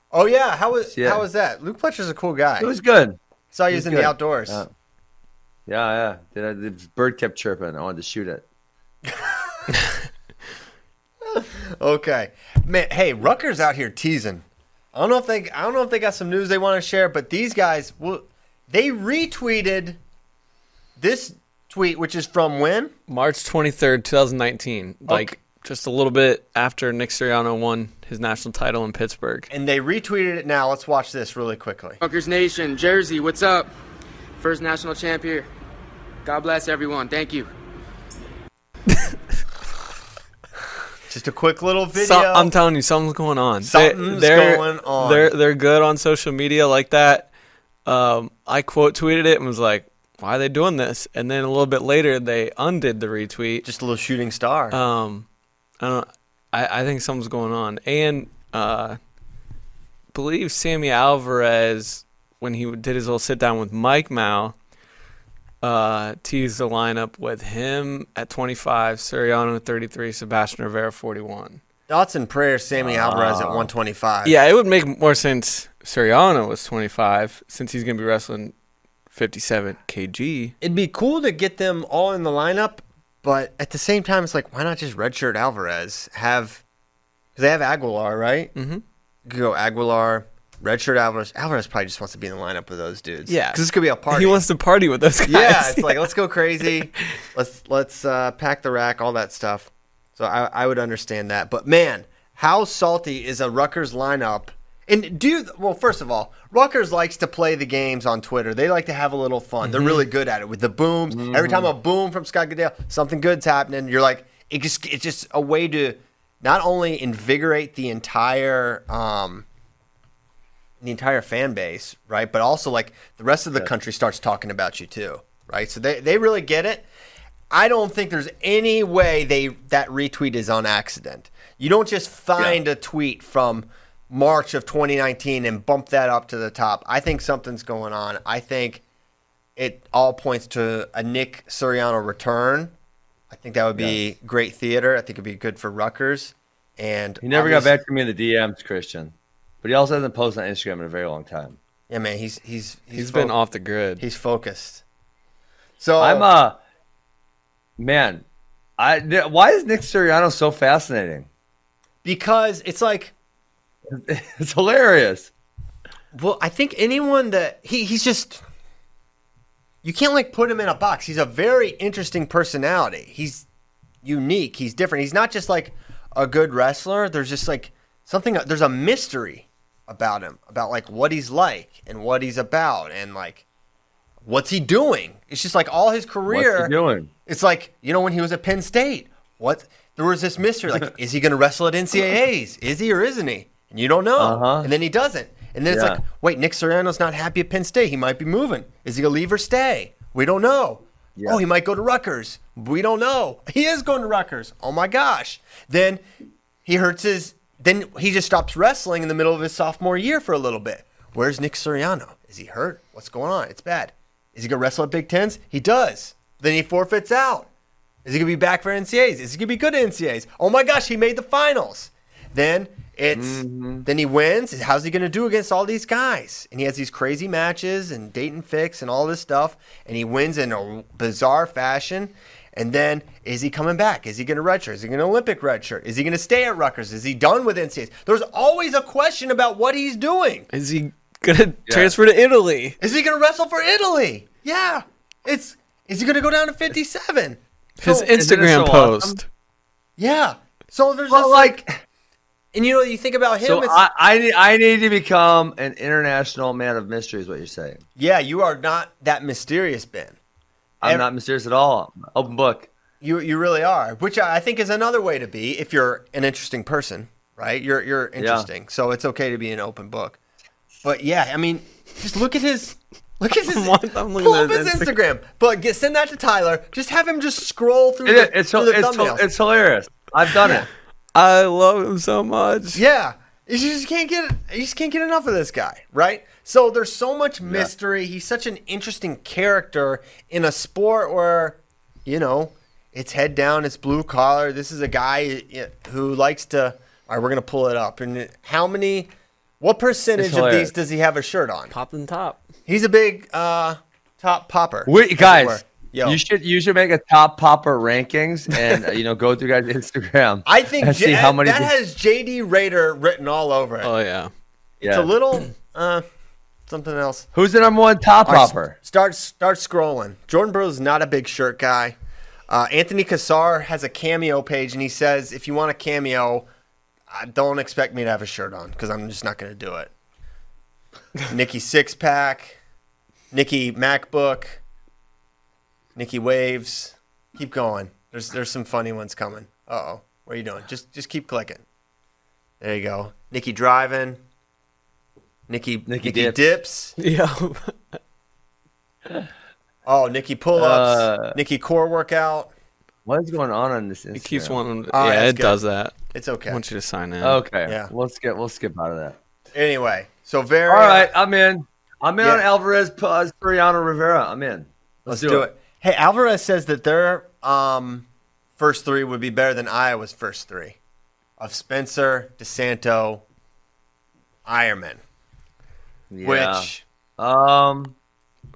oh yeah how was
Yeah.
how was that luke pletcher's a cool guy
It was good.
saw you
he's
in the
good.
outdoors
Yeah. Yeah, yeah. Then I- the bird kept chirping. I wanted to shoot it.
Okay, man. Hey, Rutgers out here teasing. I don't know if they. I don't know if they got some news they want to share, but these guys, well, they retweeted this tweet, which is from when?
March 23rd, 2019.
Okay.
Like just a little bit after Nick Sirianni won his national title in Pittsburgh.
And they retweeted it now. Let's watch this really quickly.
Rutgers Nation, Jersey, what's up? First national champ here. God bless everyone. Thank you.
Just a quick little video.
So, I'm telling you, something's going on. They-
Something's
they're,
going on.
They're they're good on social media like that. Um, I quote tweeted it and was like, "Why are they doing this?" And then a little bit later, they undid the retweet.
Just a little shooting star.
Um, I don't. I, I think something's going on, and uh, believe Sammy Alvarez when he did his little sit down with Mike Mao, uh, teased the lineup with him at 25, Siriano at 33, Sebastian Rivera 41.
Thoughts and prayers, Sammy Alvarez at 125.
uh, Yeah, it would make more sense Siriano was 25 since he's gonna be wrestling 57 kg.
it'd be cool to get them all in the lineup, but at the same time, it's like, why not just redshirt Alvarez? Have because they have Aguilar, right? Mm-hmm. You could go Aguilar, redshirt Alvarez. Alvarez probably just wants to be in the lineup with those dudes.
Yeah,
because this could be a party.
He wants to party with those guys.
Yeah, it's like let's go crazy, let's let's uh, pack the rack, all that stuff. So I, I would understand that, but man, how salty is a Rutgers lineup? And do you- well. First of all, Rutgers likes to play the games on Twitter. They like to have a little fun. They're really good at it with the booms. Every time a boom from Scott Goodell, something good's happening. You're like, it just it's just a way to not only invigorate the entire um, the entire fan base, right? But also like the rest of the country starts talking about you too, right? So they, they really get it. I don't think there's any way they that retweet is on accident. You don't just find a tweet from March of 2019 and bump that up to the top. I think something's going on. I think it all points to a Nick Soriano return. I think that would be great theater. I think it'd be good for Rutgers. And
He never got back to me in the DMs, Christian. But he also hasn't posted on Instagram in a very long time.
Yeah, man, he's he's
he's been
fo-
off the grid.
He's focused. So
I'm uh man. I th- why is Nick Siriano so fascinating?
because it's like
It's hilarious.
well, I think anyone that he he's just you can't like put him in a box. He's a very interesting personality. He's unique. He's different. He's not just like a good wrestler. There's just like something there's a mystery about him, about like what he's like and what he's about and like what's he doing? It's just like all his career
What's he doing?
It's like you know when he was at Penn State, what there was this mystery like, is he going to wrestle at NCAA's? Is he or isn't he? And you don't know.
Uh-huh.
And then he doesn't. And then it's
Yeah.
like, wait, Nick Soriano's not happy at Penn State. He might be moving. Is he going to leave or stay? We don't know.
Yeah.
Oh, he might go to Rutgers. We don't know. He is going to Rutgers. Oh my gosh. Then he hurts his. Then he just stops wrestling in the middle of his sophomore year for a little bit. Where's Nick Soriano? Is he hurt? What's going on? It's bad. Is he going to wrestle at Big Tens? He does. Then he forfeits out. Is he going to be back for NCAs? Is he going to be good at NCAs? Oh my gosh, he made the finals. Then it's then he wins. How's he going to do against all these guys? And he has these crazy matches and Dayton Fix and all this stuff, and he wins in a bizarre fashion. And then is he coming back? Is he going to redshirt? Is he going to Olympic redshirt? Is he going to stay at Rutgers? Is he done with NCAs? There's always a question about what he's doing.
Is he gonna transfer to Italy?
Is he going to wrestle for Italy? Yeah. It's is he going to go down to 57?
His
So-
isn't it so
Instagram post.
awesome?
Yeah. So there's
But
just
like,
and you know you think about him.
so
it's,
I, I need I need to become an international man of mystery. Is what you're saying?
yeah, you are not that mysterious, Ben.
I'm
Ev-
not mysterious at all. I'm Open book.
You you really are, which I I think is another way to be if you're an interesting person, right? You're you're interesting, so it's okay to be an open book. But yeah, I mean, just look at his look at his
I'm looking- I'm looking
pull
at
up his
his
Instagram. But get, send that to Tyler. Just have him just scroll through.
It,
the,
is- it's
through
hil-
the
it's hil-
thumbnails.
it's hilarious. I've done it.
I love him so much.
Yeah. You just can't get you just can't get enough of this guy, right? So there's so much mystery. He's such an interesting character in a sport where, you know, it's head down, it's blue collar. This is a guy eh, who likes to. All right, we're gonna pull it up. And how many? What percentage of
hilarious.
these does he have a shirt on?
Pop and top.
He's a big uh, top popper. as
We,
it were.
guys,
Yo.
you should you should make a top popper rankings and uh, you know go through guys Instagram.
I think
and see
J-
how many.
that has JD Raider written all over it.
Oh yeah.
yeah.
it's a little uh, something else.
Who's the number one top
All right,
popper?
s- Start start scrolling. Jordan Burroughs is not a big shirt guy. Uh, Anthony Cassar has a cameo page, and he says, "If you want a cameo, I don't expect me to have a shirt on because I'm just not going to do it." Nikki Six Pack, Nikki MacBook, Nikki Waves. Keep going. There's there's some funny ones coming. Uh oh, what are you doing? Just just keep clicking. There you go. Nikki driving. Nikki Nikki,
Nikki
Nikki dips.
Dips.
Yeah.
Oh, Nikki pull ups,
Uh,
Nikki core workout.
What is going on on this? Instagram?
It keeps wanting.
Oh,
All right,
yeah,
that's
it
good.
does that.
It's okay.
I want you to sign in.
Okay.
Yeah.
We'll skip. We'll skip out of that.
Anyway, so very.
All right. I'm in. I'm in on
Yeah.
Alvarez, Paz, Soriano, Rivera. I'm in.
let's do it. Hey, Alvarez says that their um, first three would be better than Iowa's first three of Spencer, DeSanto, Ironman,
Yeah.
which,
um.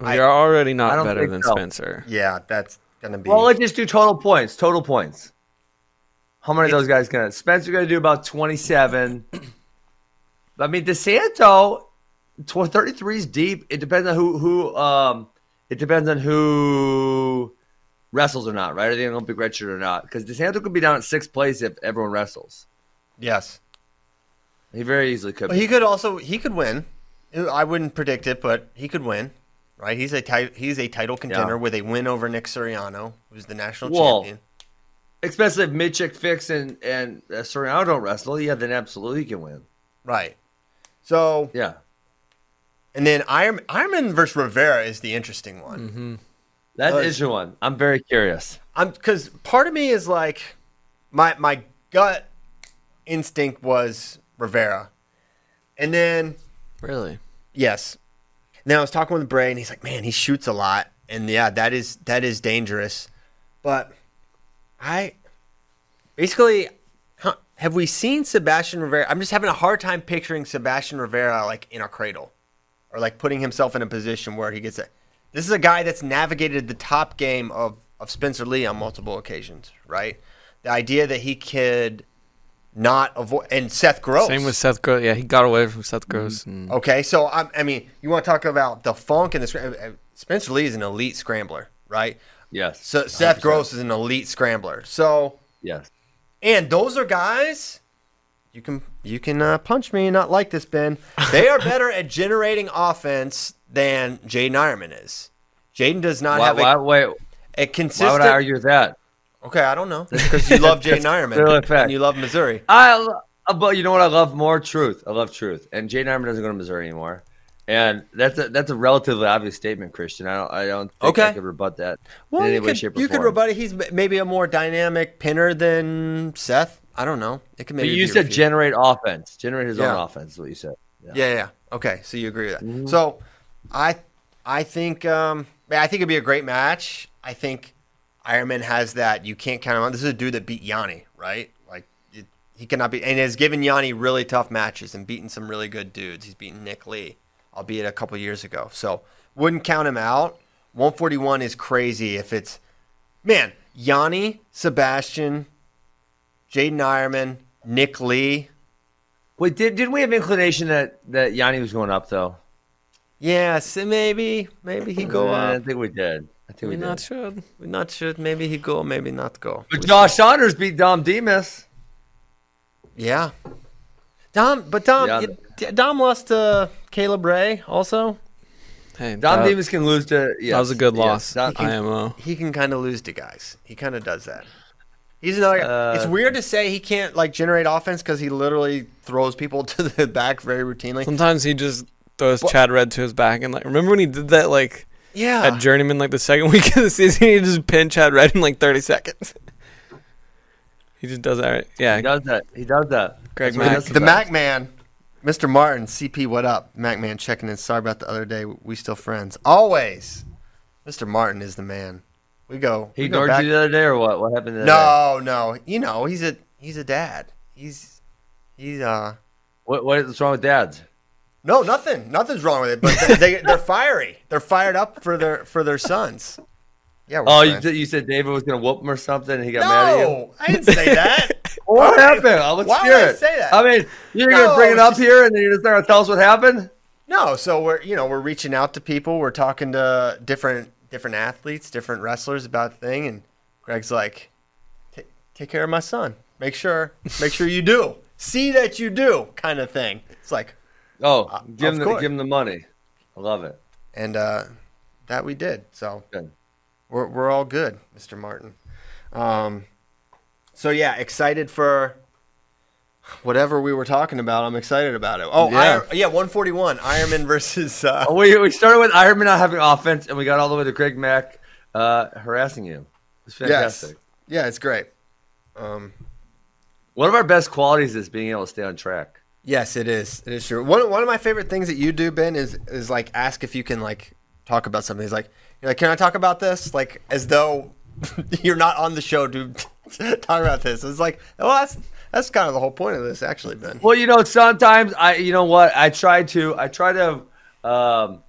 I-
You're already
I
not
don't
better
think
than
so.
Spencer.
yeah, that's going to be.
Well, let's just do total points. Total points. How many of those guys gonna? Spencer gonna do about twenty-seven. I mean, DeSanto, tw- thirty-three is deep. It depends on who who. Um, it depends on who wrestles or not, right? Are they gonna be redshirt or not? Because DeSanto could be down at sixth place if everyone wrestles.
yes.
He very easily could.
But
Be.
he could also, he could win. I wouldn't predict it, but he could win. Right, he's a ti- he's a title contender
Yeah.
with a win over Nick Soriano, who's the national
Well,
champion.
Especially if Mitchick Fix and and uh, Soriano don't wrestle, yeah, then absolutely he can win.
Right. So
Yeah,
And then Iron Ironman versus Rivera is the interesting one.
that's
Uh,
the issue one. I'm very curious.
I'm because part of me is like, my my gut instinct was Rivera, and then
Really?
yes, now I was talking with Bray and he's like, man, he shoots a lot, and yeah, that is that is dangerous, but I basically huh, have we seen Sebastian Rivera? I'm just having a hard time picturing Sebastian Rivera like in a cradle, or like putting himself in a position where he gets it. This is a guy that's navigated the top game of of Spencer Lee on multiple occasions, right? The idea that he could not avoid and Seth Gross.
Same with Seth Gross. Yeah, he got away from Seth Gross. And
Okay, so I, I mean, you want to talk about the funk and the scram- uh, Spencer Lee is an elite scrambler, right?
Yes.
So Seth
100%.
Gross is an elite scrambler. So
Yes.
and those are guys you can you can uh, punch me and not like this, Ben. They are better at generating offense than Jaden Ironman is. Jaden does not
Why,
have
why,
a,
wait,
a consistent.
why would I argue with that?
Okay, I don't know because you love Jaden
That's clearly a
Ironman
fact. Uh,
and you love Missouri.
I, lo- but you know what? I love more truth. I love truth. And Jay Nyman doesn't go to Missouri anymore. And that's a that's a relatively obvious statement, Christian. I don't I don't think
Okay.
I could rebut that
Well,
in any
you,
way,
could,
shape, or
you
form.
could rebut it. He's m- maybe a more dynamic pinner than Seth. I don't know. It could
But
maybe.
you
be
said
refuted.
generate offense, generate his
Yeah.
own offense. Is what you said. Yeah.
Yeah, yeah. Okay, so you agree with that. So, I, I think, um, yeah, I think it'd be a great match. I think Ironman has that. You can't count him on. This is a dude that beat Yanni, right? Like it, he cannot be, and has given Yanni really tough matches and beaten some really good dudes. He's beaten Nick Lee, albeit a couple years ago. So wouldn't count him out. 141 is crazy. If it's man, Yanni, Sebastian, Jaden Ironman, Nick Lee.
Wait, did didn't we have inclination that that Yanni was going up though? Eh,
Yeah, so maybe maybe he go
I
up.
think we did. I think we
We
did.
not sure. We not sure. Maybe he go. Maybe not go.
But Josh Saunders beat Dom Demas.
Yeah. Dom, but Dom,
Yeah.
you- D- Dom lost to Caleb Ray. Also,
Hey,
Dom
that,
Demas can lose to. Yes,
that was a good
yes,
loss.
Dom-
IMO.
he can kind of lose to guys. He kind of does that. He's another. guy-
Uh,
it's weird to say he can't like generate offense because he literally throws people to the back very routinely.
Sometimes he just throws Chad Red to his back and like. Remember when he did that like
Yeah,
Ah.
at Journeyman like the second week of the season? He just pinned Chad Red in like 30 seconds. he just does that. Right.
He
Yeah,
does that. He does that.
Greg
That's what he
Mack.
does to
the
guys.
Mac Man, Mr. Martin, CP, what up? Mac Man checking in. Sorry about the other day. We still friends. Always, Mr. Martin is the man. We go.
He
we go
ignored
back-
you the other day, or what? What happened? The other day?
No, no. You know, he's a he's a dad. He's he's uh
What, what is wrong with dads?
no nothing. Nothing's wrong with it. But they, they they're fiery. They're fired up for their for their sons. Yeah. We're
Oh, you,
friends.
said- you said David was gonna whoop him or something, and he got mad at you.
No, I didn't say that.
What happened? Uh, Let's
why
hear
would I
it.
say that?
I mean, you're
No,
gonna bring it
it's
up here, and then you're just not gonna tell us what happened.
No, so we're you know we're reaching out to people. We're talking to different different athletes, different wrestlers about the thing, and Greg's like, "Ta- "Take care of my son. Make sure, make sure you do. See that you do." Kind of thing. It's like,
Oh,
of
give him the,
course.
give him the money. I love it.
and uh, that we did. So
Good.
we're we're all good, Mr. Martin. Um, so yeah, excited for whatever we were talking about. I'm excited about it. Oh,
Yeah.
yeah, yeah 141 Ironman versus. Uh,
Oh, we, we started with Ironman not having offense, and we got all the way to Greg Mack uh, harassing him. It's fantastic.
Yes. Yeah, it's great. Um,
One of our best qualities is being able to stay on track.
yes, it is. It is true. One one of my favorite things that you do, Ben, is is like ask if you can like talk about something. He's like, you're like, can I talk about this? Like as though you're not on the show to talk about this. It's like, well, that's that's kind of the whole point of this, actually, Ben.
Well, you know, sometimes I, you know what, I try to, I try to um,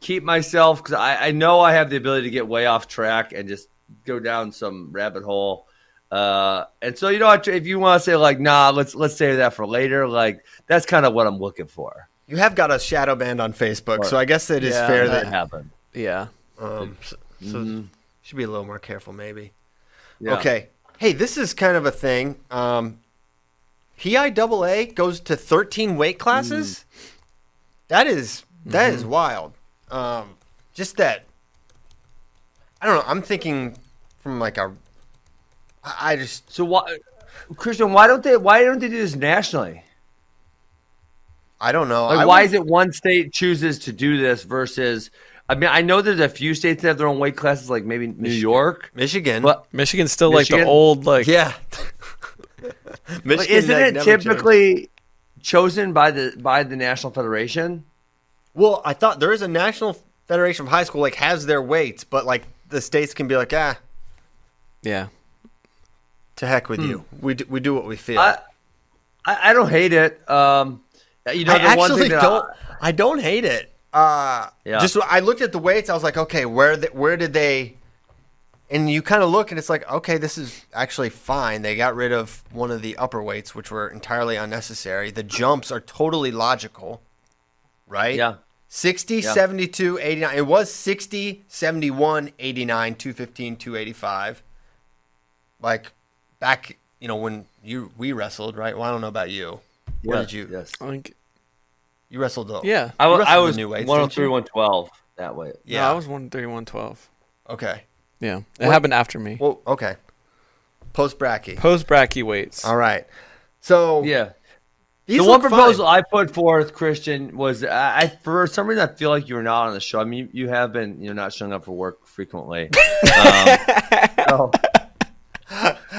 keep myself because I, I know I have the ability to get way off track and just go down some rabbit hole. Uh, and so, you know, I tr- if you want to say like, nah, let's let's save that for later. Like, that's kind of what I'm looking for.
You have got a shadow band on Facebook, so I guess it is
Yeah,
fair
that
that
happened.
yeah.
um, so, so should be a little more careful, maybe.
Yeah.
Okay. Hey, this is kind of a thing. Um, PIAA goes to 13 weight classes. That is that is wild. Um, just that. I don't know. I'm thinking from like a. I I just
So why, Christian? Why don't they? Why don't they do this nationally?
I don't know.
Like,
I
why
would-
is it one state chooses to do this versus? I mean, I know there's a few states that have their own weight classes, like maybe New York,
Michigan?
but
Michigan's still like
Michigan?
the old like.
yeah. Michigan,
But isn't
like,
it
never changed.
typically chosen by the by the national federation?
Well, I thought there is a national federation of high school like has their weights, but like the states can be like, ah,
Yeah.
to heck with you. We do, we do what we feel.
I, I I don't hate it. Um, you know,
I
the one
actually
thing that I-
don't. I, don't hate it. Uh,
Yeah.
Just I looked at the weights. I was like, okay, where the, where did they? And you kind of look, and it's like, okay, this is actually fine. They got rid of one of the upper weights, which were entirely unnecessary. The jumps are totally logical, right?
yeah,
60, 72, 89. It was 60, 71, 89, 215, 285. Like back, you know, when you we wrestled, right? Well, I don't know about you. What
yeah,
did you?
Yes,
Like,
You wrestled though.
yeah.
I, wa-
wrestled
I
the
was
new weights,
one hundred
didn't you?
three, one twelve that way.
Yeah.
No, I was 130, 112.
Okay.
Yeah. It happened after me.
Well, okay. Post bracky.
Post bracky weights.
All right. So
Yeah,
these
the
look
one
fun.
proposal I put forth, Christian, was I, I for some reason I feel like you were not on the show. I mean, you, you have been you're not showing up for work frequently. um, so,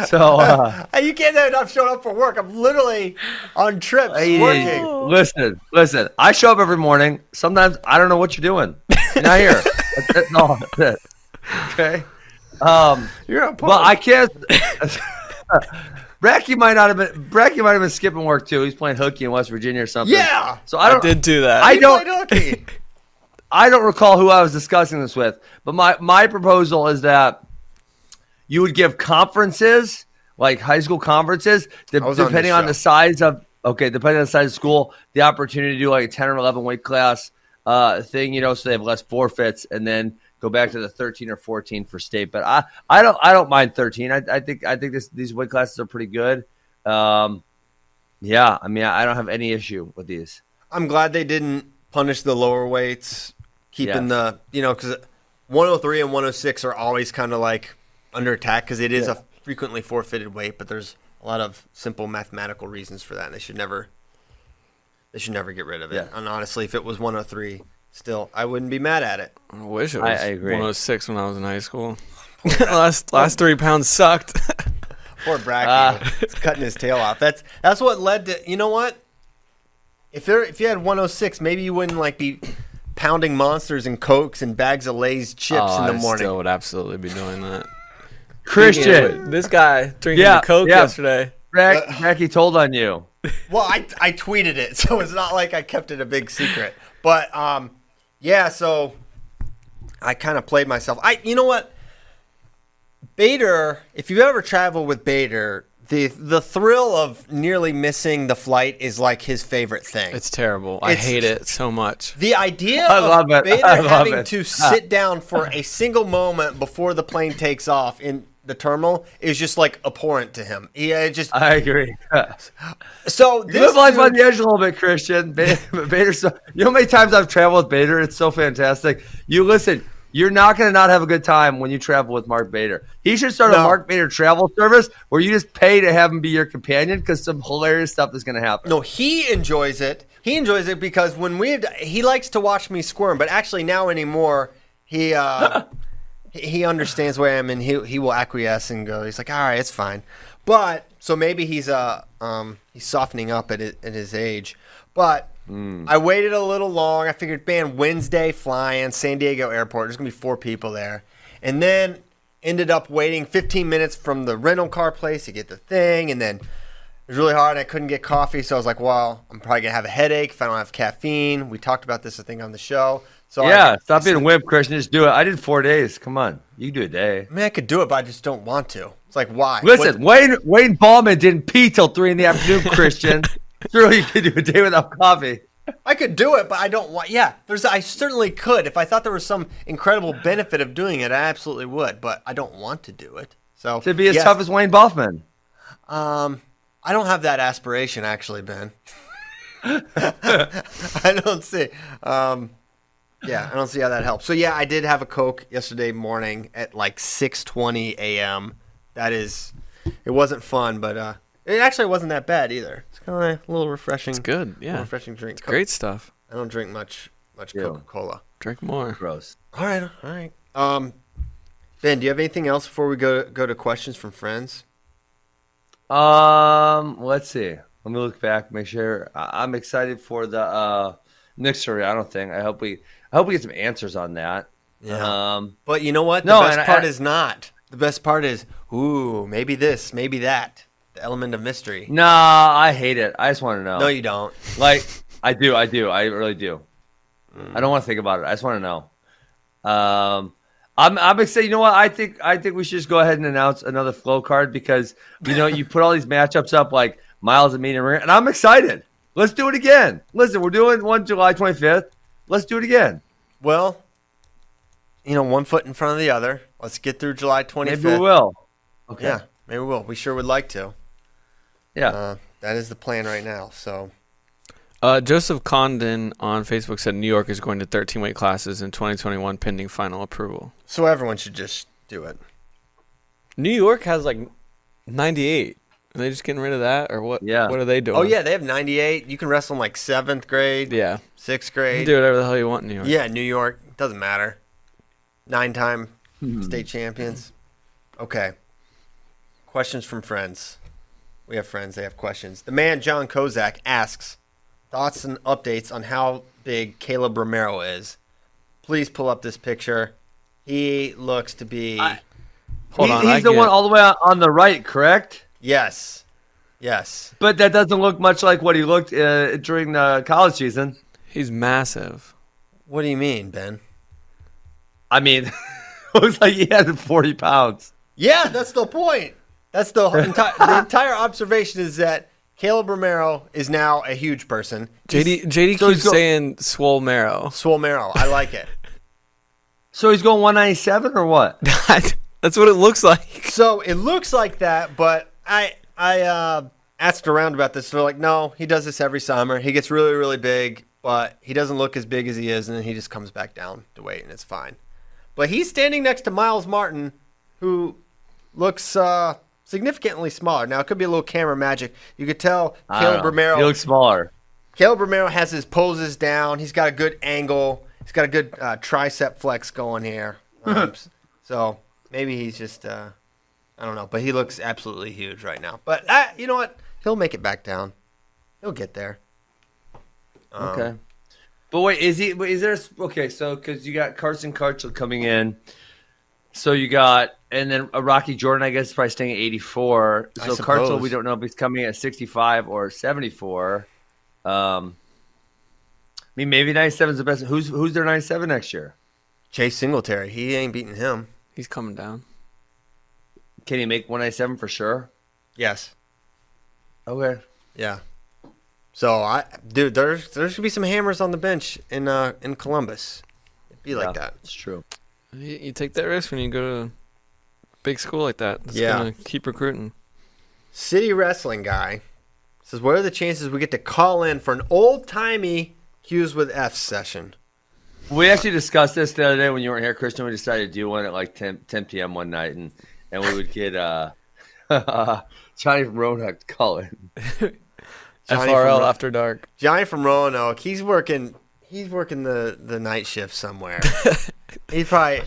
so uh,
Hey, you can't say I'm showing up for work. I'm literally on trips
Hey,
working.
Listen, listen. I show up every morning. Sometimes I don't know what you're doing. You're not here. That's it. No, that's it. Okay. Um,
You're on
well, I can't. Bracky might not have been. Bracky might have been skipping work too. He's playing hooky in West Virginia or something.
Yeah.
So I don't.
did do that.
I don't-
Okay.
I don't recall who I was discussing this with, but my my proposal is that you would give conferences, like high school conferences, de-
I was on this
depending on,
show.
the size of okay, depending on the size of school, the opportunity to do like a ten or eleven weight class uh, thing, you know, so they have less forfeits, and then go back to the thirteen or fourteen for state. But I I don't I don't mind thirteen. I, I think I think this, these weight classes are pretty good. Um, yeah, I mean I, I don't have any issue with these.
I'm glad they didn't punish the lower weights, keeping the you know because 103 and 106 are always kind of like under attack because it is a frequently forfeited weight, but there's a lot of simple mathematical reasons for that, and they should never they should never get rid of it.
Yeah.
And honestly, if it was 103, still I wouldn't be mad at it.
I wish it was
I- I agree.
106 when I was in high school. last last three pounds sucked.
Poor Bracky,
Ah.
it's cutting his tail off. That's that's what led to. You know what? If there, if you had 106, maybe you wouldn't like be pounding monsters and cokes and bags of Lay's chips
Oh,
in the
I
morning.
still would absolutely be doing that.
Christian,
This guy drinking
Yeah,
the Coke
yeah.
yesterday.
Uh,
Brack, Bracky told on you.
Well, I, I tweeted it, so it's not like I kept it a big secret. But um, yeah, so I kind of played myself. I you know what? Bader, if you ever travel with Bader, the the thrill of nearly missing the flight is like his favorite thing.
It's terrible. I
It's-
hate it so much.
The idea
I
of
love it.
Bader
I love
having
it.
to sit down for a single moment before the plane takes off in the terminal is just like abhorrent to him. Yeah, it just
I agree.
so this
Uh, Live life
dude-
on the edge a little bit, Christian. Ba- Bader's so, you know how many times I've traveled with Bader? It's so fantastic. You listen, you're not going to not have a good time when you travel with Mark Bader. He should start a
No.
Mark Bader travel service where you just pay to have him be your companion because some hilarious stuff is going to happen.
No, he enjoys it. He enjoys it because when we he likes to watch me squirm, but actually now anymore he uh, he- he understands where I am and he he will acquiesce and go. He's like, all right, it's fine. But so maybe he's uh um he's softening up at his, at his age. But
Hmm.
I waited a little long. I figured, man, Wednesday flying San Diego Airport. There's gonna be four people there, and then ended up waiting 15 minutes from the rental car place to get the thing, and then. It was really hard. and I couldn't get coffee, so I was like, "Well, I'm probably gonna have a headache if I don't have caffeine." We talked about this I think on the show. So I-
Yeah, stop being a wimp, Christian. Just do it. I did four days. Come on. You can do a day.
I mean, I could do it, but I just don't want to. It's like, why?
Listen, Wayne Wayne Ballman didn't pee till three in the afternoon, Christian. Surely you could do a day without coffee.
What- I could do it, but I don't want. Yeah, there's. I certainly could if I thought there was some incredible benefit of doing it. I absolutely would, but I don't want to do it. So
To be as
yes,
tough as Wayne Ballman.
Um, I don't have that aspiration, actually, Ben. I don't see. Um, yeah, I don't see how that helps. So yeah, I did have a Coke yesterday morning at like 6:20 a.m. That is, it wasn't fun, but uh, it actually wasn't that bad either. It's kind of a little refreshing. It's
Good, yeah.
refreshing drink. Coke-
Great stuff.
I don't drink much much
Yeah.
Coca Cola.
Drink more.
Gross.
All right, all right. Um, Ben, do you have anything else before we go go to questions from friends?
Um, let's see. Let me look back, make sure. I- I'm excited for the uh, Nick Soriano thing. I hope we, I hope we get some answers on that. Um,
Uh, But you know what? The
No,
best
and I-
part is not. The best part is, ooh, maybe this, maybe that. The element of mystery.
nah, I hate it. I just want to know.
No, you don't.
like. I do. I do. I really do. I don't want to think about it. I just want to know. Um, I'm, I'm excited. You know what? I think I think we should just go ahead and announce another flow card because you know you put all these matchups up like Miles and me and Ringer, and I'm excited. Let's do it again. Listen, we're doing one July 25th. Let's do it again.
Well, you know, one foot in front of the other. Let's get through July 25th.
Maybe we will. Okay.
Yeah,
Uh,
maybe we will. We sure would like to.
Yeah.
Uh, that is the plan right now. So,
Uh, Joseph Condon on Facebook said New York is going to 13 weight classes in 2021 pending final approval.
so everyone should just do it.
New York has like 98. Are they just getting rid of that or what?
Yeah.
What are they doing?
Oh yeah, they have 98. You can wrestle in like seventh grade,
Yeah.
sixth
You
grade.
do whatever the hell you want in New York.
Yeah, New York doesn't matter. Nine-time state champions. Okay. Questions from friends. We have friends. They have questions. The man John Kozak asks thoughts and updates on how big Caleb Romero is. Please pull up this picture. He looks to be
I-
Hold
He-
on,
he's
I
the
get-
one all the way on, on the right, correct?
yes, yes.
But that doesn't look much like what he looked uh, during the college season.
He's massive.
What do you mean, Ben?
I mean, looks like he had 40 pounds.
Yeah, that's the point. That's the entire the entire observation is that Caleb Romero is now a huge person.
JD JD
so he's
keeps
go-
saying swole marrow.
Swole Merrill, I like it.
So he's going 197 or what?
That's what it looks like.
So it looks like that, but I I uh, asked around about this. They're like, no, he does this every summer. He gets really really big, but he doesn't look as big as he is, and then he just comes back down to weight, and it's fine. But he's standing next to Miles Martin, who looks uh, significantly smaller. Now it could be a little camera magic. You could tell
I don't
Caleb
know.
Romero.
Uh, He looks smaller.
Caleb Romero has his poses down. He's got a good angle. He's got a good uh, tricep flex going here. Um, s- so maybe he's just, uh, I don't know, but he looks absolutely huge right now. But uh, you know what? He'll make it back down. He'll get there. Um,
Okay. But wait, is he? wait, Is there? Okay, so because you got Carson Karchel coming in, so you got, and then uh, Rocky Jordan, I guess, is probably staying at eighty-four.
I
So Karchel,
suppose.
we don't know if he's coming at sixty-five or seventy-four. Um, I mean, maybe ninety-seven is the best. Who's who's their ninety-seven next year?
Chase Singletary, he ain't beating him.
He's coming down.
Can he make one ninety-seven for sure?
Yes.
Okay.
Yeah. So I, dude, there's there's gonna be some hammers on the bench in uh in Columbus. It'd be like
Yeah,
that.
It's true.
You, you take that risk when you go to a big school like that. That's
Yeah.
gonna keep recruiting.
City Wrestling Guy says, What are the chances we get to call in for an old timey Hughes with F session?
We actually discussed this the other day when you weren't here, Christian. We decided to do one at like 10, 10 p.m. one night, and and we would get uh, Johnny from Roanoke to call in.
Johnny
FRL
from-
after dark.
Johnny from Roanoke, he's working he's working the, the night shift somewhere. he's probably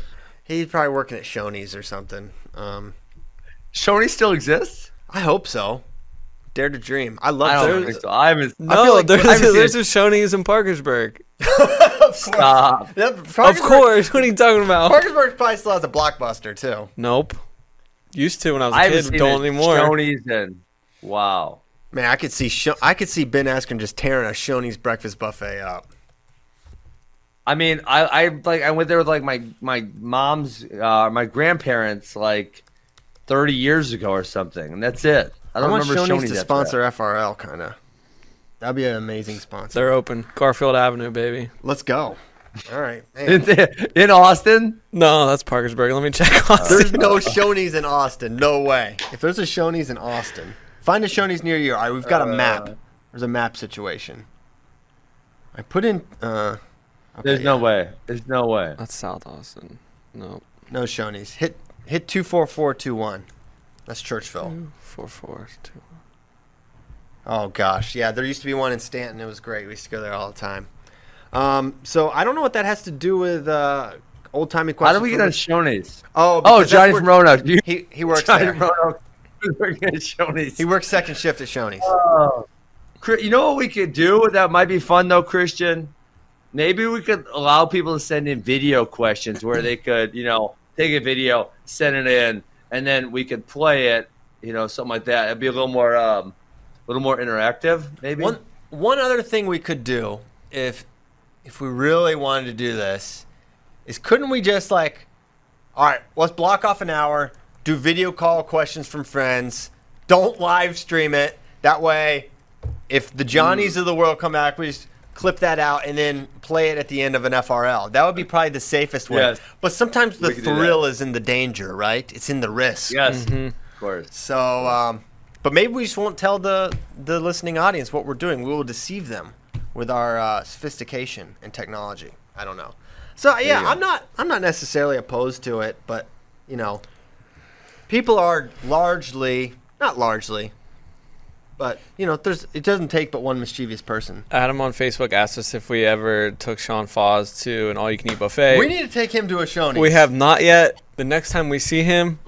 he's probably working at Shoney's or something. Um,
Shoney still exists?
I hope so. Dare to dream. I love
I don't
there's-
think so. I haven't. I
No,
feel like-
there's
I haven't
a,
seen
there's
it.
a Shoney's in Parkersburg.
Stop.
Yeah,
Of
Parkersburg-
course. What are you talking about?
Parkersburg probably still has a blockbuster too.
nope. Used to when I was a
I haven't
kid.
seen
Don't
it.
anymore.
Shoney's in. Wow.
Man, I could see Sho- I could see Ben Askren just tearing a Shoney's breakfast buffet up.
I mean, I, I like I went there with like my my mom's uh, my grandparents like thirty years ago or something, and that's it. I
I,
don't
want
remember
Shoney's, to
after that.
sponsor FRL, kind of. That'd be an amazing sponsor.
They're open. Garfield Avenue, baby.
Let's go. All right. man.
in, in Austin.
No, that's Parkersburg. Let me check.
There's
Austin.
no Shoney's in Austin. No way. If there's a Shoney's in Austin, find a Shoney's near you. All right, we've got a map. There's a map situation. I put in. Uh, okay,
There's no
yeah. Uh,
way. There's no way.
That's South Austin. No,
no Shoney's. Hit hit two four four two one. That's Churchville.
four four two.
Oh gosh, yeah. There used to be one in Stanton. It was great. We used to go there all the time. Um, so I don't know what that has to do with uh, old timey
How
questions.
do we get
for-
on Shoney's?
Oh,
Oh,
because that's
Johnny
where-
from Roanoke. You,
He he works
Johnny
there.
from Roanoke. We're getting Shoney's.
He works second shift at Shoney's.
Cri- You know what we could do that might be fun though, Christian? Maybe we could allow people to send in video questions where they could, you know, take a video, send it in, and then we could play it, you know, something like that. It'd be a little more, um, a little more interactive, maybe.
One one other thing we could do if if we really wanted to do this is couldn't we just like all right, let's block off an hour, do video call questions from friends, don't live stream it. That way if the Johnnies of the world come back, we just clip that out and then play it at the end of an FRL. That would be probably the safest way.
Yes.
But sometimes the
We could do that.
thrill is in the danger, right? It's in the risk.
yes, of course.
So, um, but maybe we just won't tell the the listening audience what we're doing. We will deceive them with our uh, sophistication and technology. I don't know. So yeah,
you go.
I'm not I'm not necessarily opposed to it, but you know, people are largely not largely, but you know, there's it doesn't take but one mischievous person.
Adam on Facebook asked us if we ever took Sean Foz to an all-you-can-eat buffet.
We need to take him to a Shoney's.
We have not yet. The next time we see him,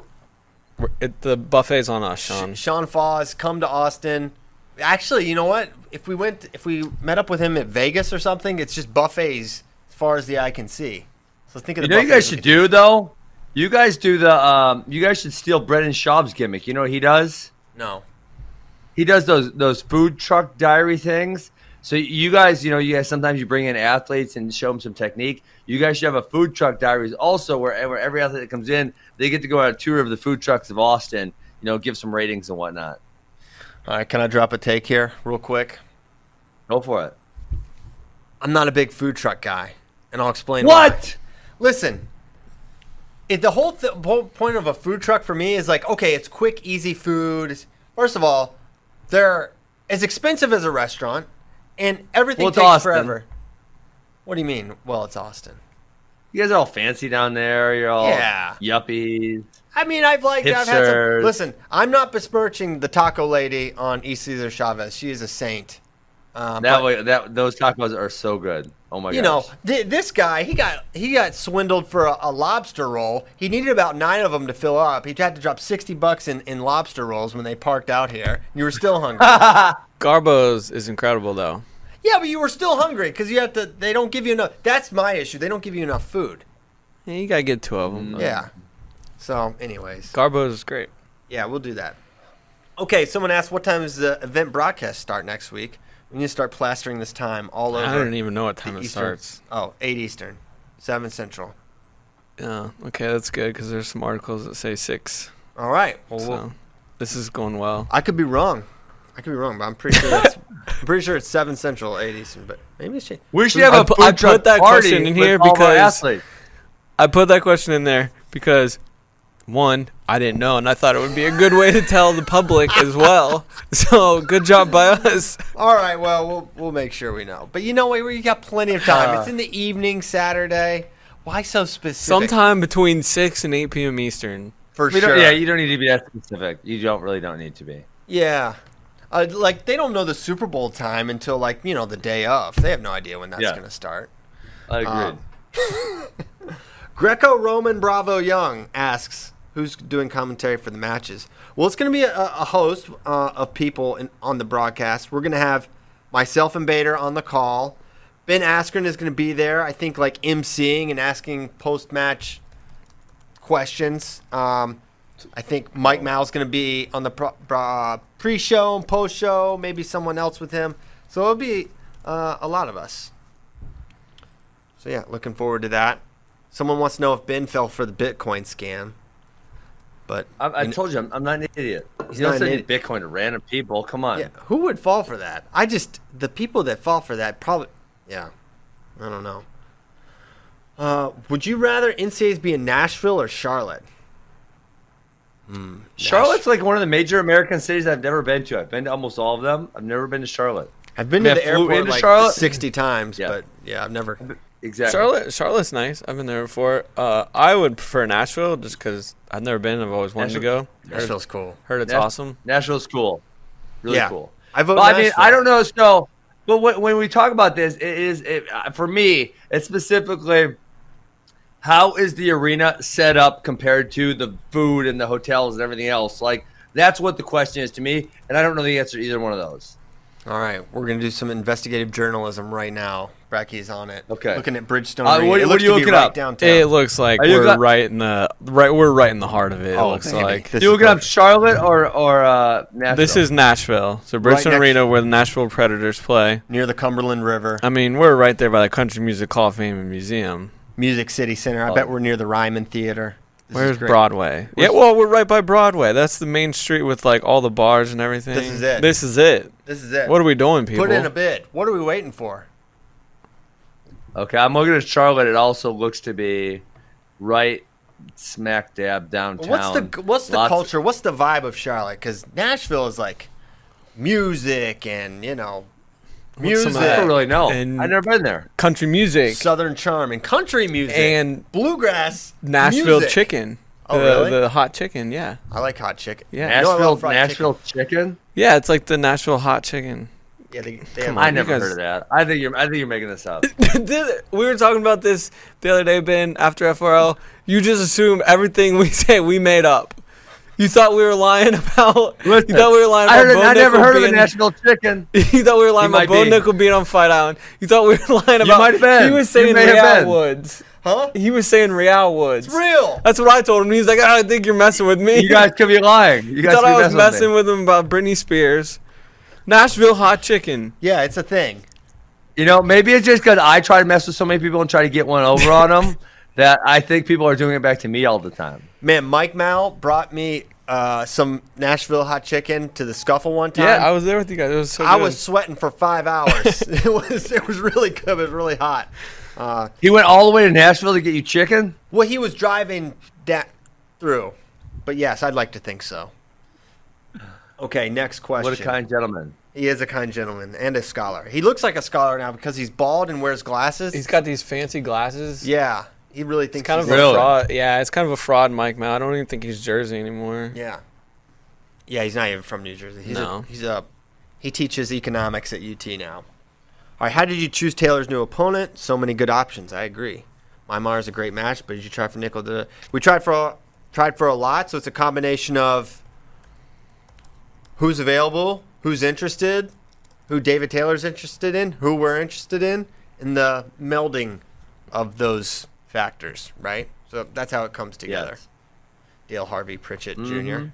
we're, it, the buffet's on us, Sean.
Sean Foz come to Austin. Actually, you know what? If we went, if we met up with him at Vegas or something, it's just buffets as far as the eye can see. So think of
You
the
know what you guys
Buffalo-
should do though? You guys do the um you guys should steal Brendan Schaub's gimmick. You know what he does?
No.
He does those those food truck diary things. So you guys, you know, you guys sometimes you bring in athletes and show them some technique. You guys should have a food truck diaries also where, where every athlete that comes in, they get to go on a tour of the food trucks of Austin, you know, give some ratings and whatnot.
All right, can I drop a take here real quick?
Go for it.
I'm not a big food truck guy, and I'll explain why.
What?
Listen, it, the whole th- whole point of a food truck for me is like, okay, it's quick, easy food. First of all, they're as expensive as a restaurant, and everything
Well, it's
takes
Austin.
forever. What do you mean? Well, it's Austin.
You guys are all fancy down there. You're all
Yeah.
yuppies.
I mean, I've liked. I've had some.
Hipsters.
Listen, I'm not besmirching the taco lady on East Cesar Chavez. She is a saint. Uh,
That
but-
way, that those tacos are so good. Oh my god!
you know, th- this guy he got he got swindled for a, a lobster roll. He needed about nine of them to fill up. He had to drop sixty bucks in, in lobster rolls when they parked out here. You were still hungry.
Garbo's is incredible though.
yeah, but you were still hungry because you have to. They don't give you enough. That's my issue. They don't give you enough food.
Yeah, you gotta get two of them.
Yeah. So, anyways,
Garbo's is great.
yeah, we'll do that. Okay, someone asked what time does the event broadcast start next week? We need to start plastering this time all over.
I don't even know what time
the
it
Eastern-
starts.
Oh, eight Eastern, seven Central.
Yeah. Okay, that's good because there's some articles that say six.
All right. Well, we'll-
So this is going well.
I could be wrong. I could be wrong, but I'm pretty sure that's, I'm pretty sure it's seven central, eight eastern. But maybe it's
we should have
I
a
pu-
food
I put
truck
that
party
question in
with
here
all of our
because-
athletes.
I put that question in there because one, I didn't know, and I thought it would be a good way to tell the public as well. So good job by us.
all right. Well, we'll we'll make sure we know. But you know what? We got plenty of time. it's in the evening, Saturday. Why so specific?
Sometime between six and eight p.m. Eastern.
for
We
sure.
don't, yeah, you don't need to be that specific. You don't really don't need to be.
yeah. Uh, like they don't know the Super Bowl time until like you know the day of. They have no idea when that's
Yeah.
going to start.
I agree.
Greco Roman Bravo Young asks, "Who's doing commentary for the matches?" Well, it's going to be a, a host uh, of people in, on the broadcast. We're going to have myself and Bader on the call. Ben Askren is going to be there. I think like emceeing and asking post match questions. Um, I think Mike Mal's going to be on the pro- bra- pre-show and post-show. Maybe someone else with him. So it'll be uh, a lot of us. So yeah, looking forward to that. Someone wants to know if Ben fell for the Bitcoin scam, but
I, I
and-
told you, I'm, I'm not an idiot.
He's
You don't
not
send
an
any Bitcoin to random people. Come on.
yeah, who would fall for that? I just the people that fall for that probably yeah, I don't know. Uh, would you rather NCAs be in Nashville or Charlotte?
Charlotte's like one of the major American cities I've never been to. I've been to almost all of them. I've never been to Charlotte.
I've been
I
to
mean,
the
I flew
airport
into
like
Charlotte.
sixty times,
Yeah.
but yeah, I've never.
Exactly.
Charlotte, Charlotte's nice. I've been there before. Uh, I would prefer Nashville just because I've never been. I've always wanted
Nashville-
to go. Heard,
Nashville's cool.
heard it's
Nash-
awesome.
Nashville's cool. Really
Yeah.
cool.
I vote
But I mean,
Nashville.
I don't know. So, but when, when we talk about this, it is it, uh, for me. It's specifically how is the arena set up compared to the food and the hotels and everything else. Like that's what the question is to me, and I don't know the answer to either one of those.
All right, we're gonna do some investigative journalism right now. Bracky's on it.
Okay.
looking at Bridgestone.
Uh,
Arena.
what-
it
what
looks
are you
to be
looking
right
up?
downtown.
It looks like
Are you Oh,
we're
got-
right in the right. We're right in the heart of it. it looks
baby.
like
Oh, This
you
is
looking up
perfect.
Charlotte or or uh, Nashville?
This is Nashville. So Bridgestone
next-
Arena where the Nashville Predators play.
near the Cumberland River.
I mean, we're right there by the Country Music Hall of Fame and Museum.
Music City Center. I bet we're near the Ryman Theater. This
Oh, Where's
is great.
Broadway? yeah, well, we're right by Broadway. That's the main street with like all the bars and everything.
This is it.
This is it.
This is it.
What are we doing, people?
Put in a bid. What are we waiting for?
okay. I'm looking at Charlotte. It also looks to be right smack dab downtown.
What's the what's the
Lots of-
culture? What's the vibe of Charlotte? Because Nashville is like music and you know
What's some
music,
of
I don't really know.
And-
I've never been there.
Country music
Southern charm and country music
and
bluegrass
Nashville
music.
chicken.
Oh,
the,
really?
the hot chicken, yeah.
I like hot chicken.
Yeah.
You know I love
Nashville,
fried
Nashville chicken?
Yeah, it's like the Nashville hot chicken.
chicken. Yeah, they, they have,
I
You
never
guys-
heard of that. I think you're. I think you're making this up.
we were talking about this the other day, Ben, after FRL. You just assume everything we say we made up. You thought we were lying about.
Listen,
you thought we were lying
I,
about.
heard it,
Bo
I never
Nickel
heard of
being,
a national chicken.
You thought we were lying
He might
about Bo
be.
Nickel being on Fight Island. You thought we were lying about.
might have been.
He was
You
saying
may have
Real
been.
Woods.
Huh?
He was saying Real Woods.
Real.
That's what I told him. He's like, "Ah, I think you're messing with me.
You guys could be lying. You
You
guys
thought
could be
I was
messing
messing
with me.
with him about Britney Spears. Nashville hot chicken.
Yeah, it's a thing.
You know, maybe it's just because I try to mess with so many people and try to get one over on them that I think people are doing it back to me all the time.
Man, Mike Mal brought me uh, some Nashville hot chicken to the scuffle one time.
Yeah, I was there with you guys. It was so
I
good.
was sweating for five hours. it was it was really good. It was really hot. Uh,
He went all the way to Nashville to get you chicken.
well, he was driving that through, but yes, I'd like to think so. Okay, next question.
What a kind gentleman.
He is a kind gentleman and a scholar. He looks like a scholar now because he's bald and wears glasses.
He's got these fancy glasses.
yeah, he really thinks
It's kind of
he's
Really?
a fraud. Yeah, it's kind of a fraud, Mike Mal. I don't even think he's Jersey anymore.
yeah, yeah. He's not even from New Jersey. He's
No.
a, he's a he teaches economics at UT now. All right, how did you choose Taylor's new opponent? So many good options. I agree. Mymar is a great match, but did you try for Nickel? To, we tried for a- tried for a lot, so it's a combination of who's available, who's interested, who David Taylor's interested in, who we're interested in, and the melding of those factors, right? So that's how it comes together.
Yes. Mm-hmm.
Dale Harvey Pritchett Jr.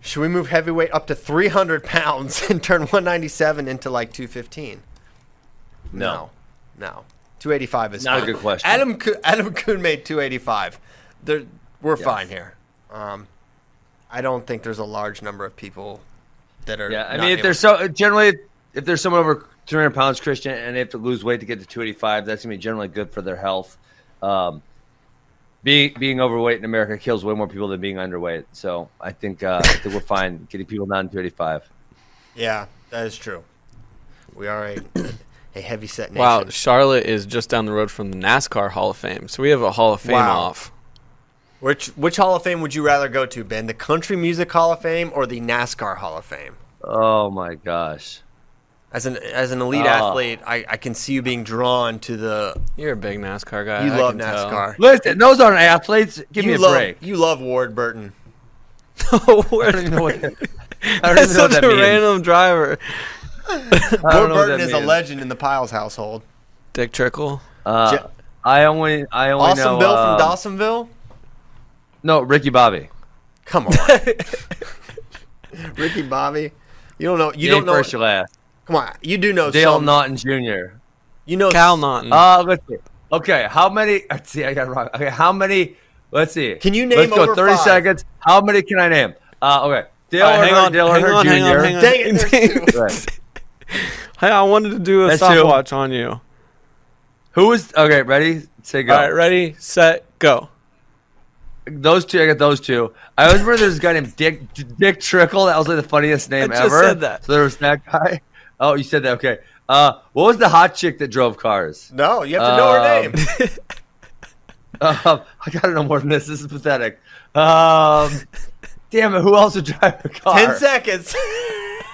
Should we move heavyweight up to 300 pounds and turn 197 into like 215? No, no. 285 is
Not a
fine.
good question.
Adam Kuhn, Adam Kuhn made 285. There, we're fine here. Um, I don't think there's a large number of people that are.
Yeah, I
not
mean, if
able-
there's so generally, if there's someone over 300 pounds, Christian, and they have to lose weight to get to 285, that's gonna be generally good for their health. Um, being being overweight in America kills way more people than being underweight. So I think uh, I think we're fine getting people down to 285.
yeah, that is true. We are a, a heavy set nation.
Wow, Charlotte is just down the road from the NASCAR Hall of Fame, so we have a Hall of Fame
Wow.
off.
Which which Hall of Fame would you rather go to, Ben? The Country Music Hall of Fame or the NASCAR Hall of Fame?
Oh my gosh.
As an as an elite
Oh.
athlete, I, I can see you being drawn to the.
You're a big NASCAR guy.
You
I
love
can tell.
NASCAR.
Listen, those aren't athletes. Give
you
me a
love
break.
you love Ward Burton.
Oh, where-
I don't even know what. I don't
that's
even know what
such
that
a
means.
random driver.
I
Ward
don't know what
Burton
that
is a
means.
legend in the Piles household.
Dick Trickle.
Uh,
Je-
I only, I only
Awesome
know.
Bill
um,
from Dawsonville.
No, Ricky Bobby.
Come on, Ricky Bobby. You don't know. You
You
don't know.
First, you last.
Come on, you do know.
Dale
some,
Naughton Jr.
You know
Cal Naughton.
Mm.
Uh, let's see. Okay, how many? Let's see, I got it wrong. Okay, how many? Let's see.
Can you name
Let's go
over
thirty
five?
seconds. How many can I name? Uh, okay, Dale
All right,
Earnhardt, Dale
hang
Earnhardt
on,
Jr.
hang on, hang on.
Dang it, there's two.
Right.
Hey, I wanted to do a
That's two.
stopwatch on you.
Who is okay? Ready? Say go.
All right, ready, set, go.
Those two, I got those two. I always remember there's a guy named Dick Dick Trickle. That was like the funniest name
just
ever.
said that.
So there was that guy. Oh, you said that. Okay. Uh, what was the hot chick that drove cars?
No, you have to know her
Um,
name.
Um, I gotta know more than this. This is pathetic. Um, damn it! Who else would drive a car?
Ten seconds.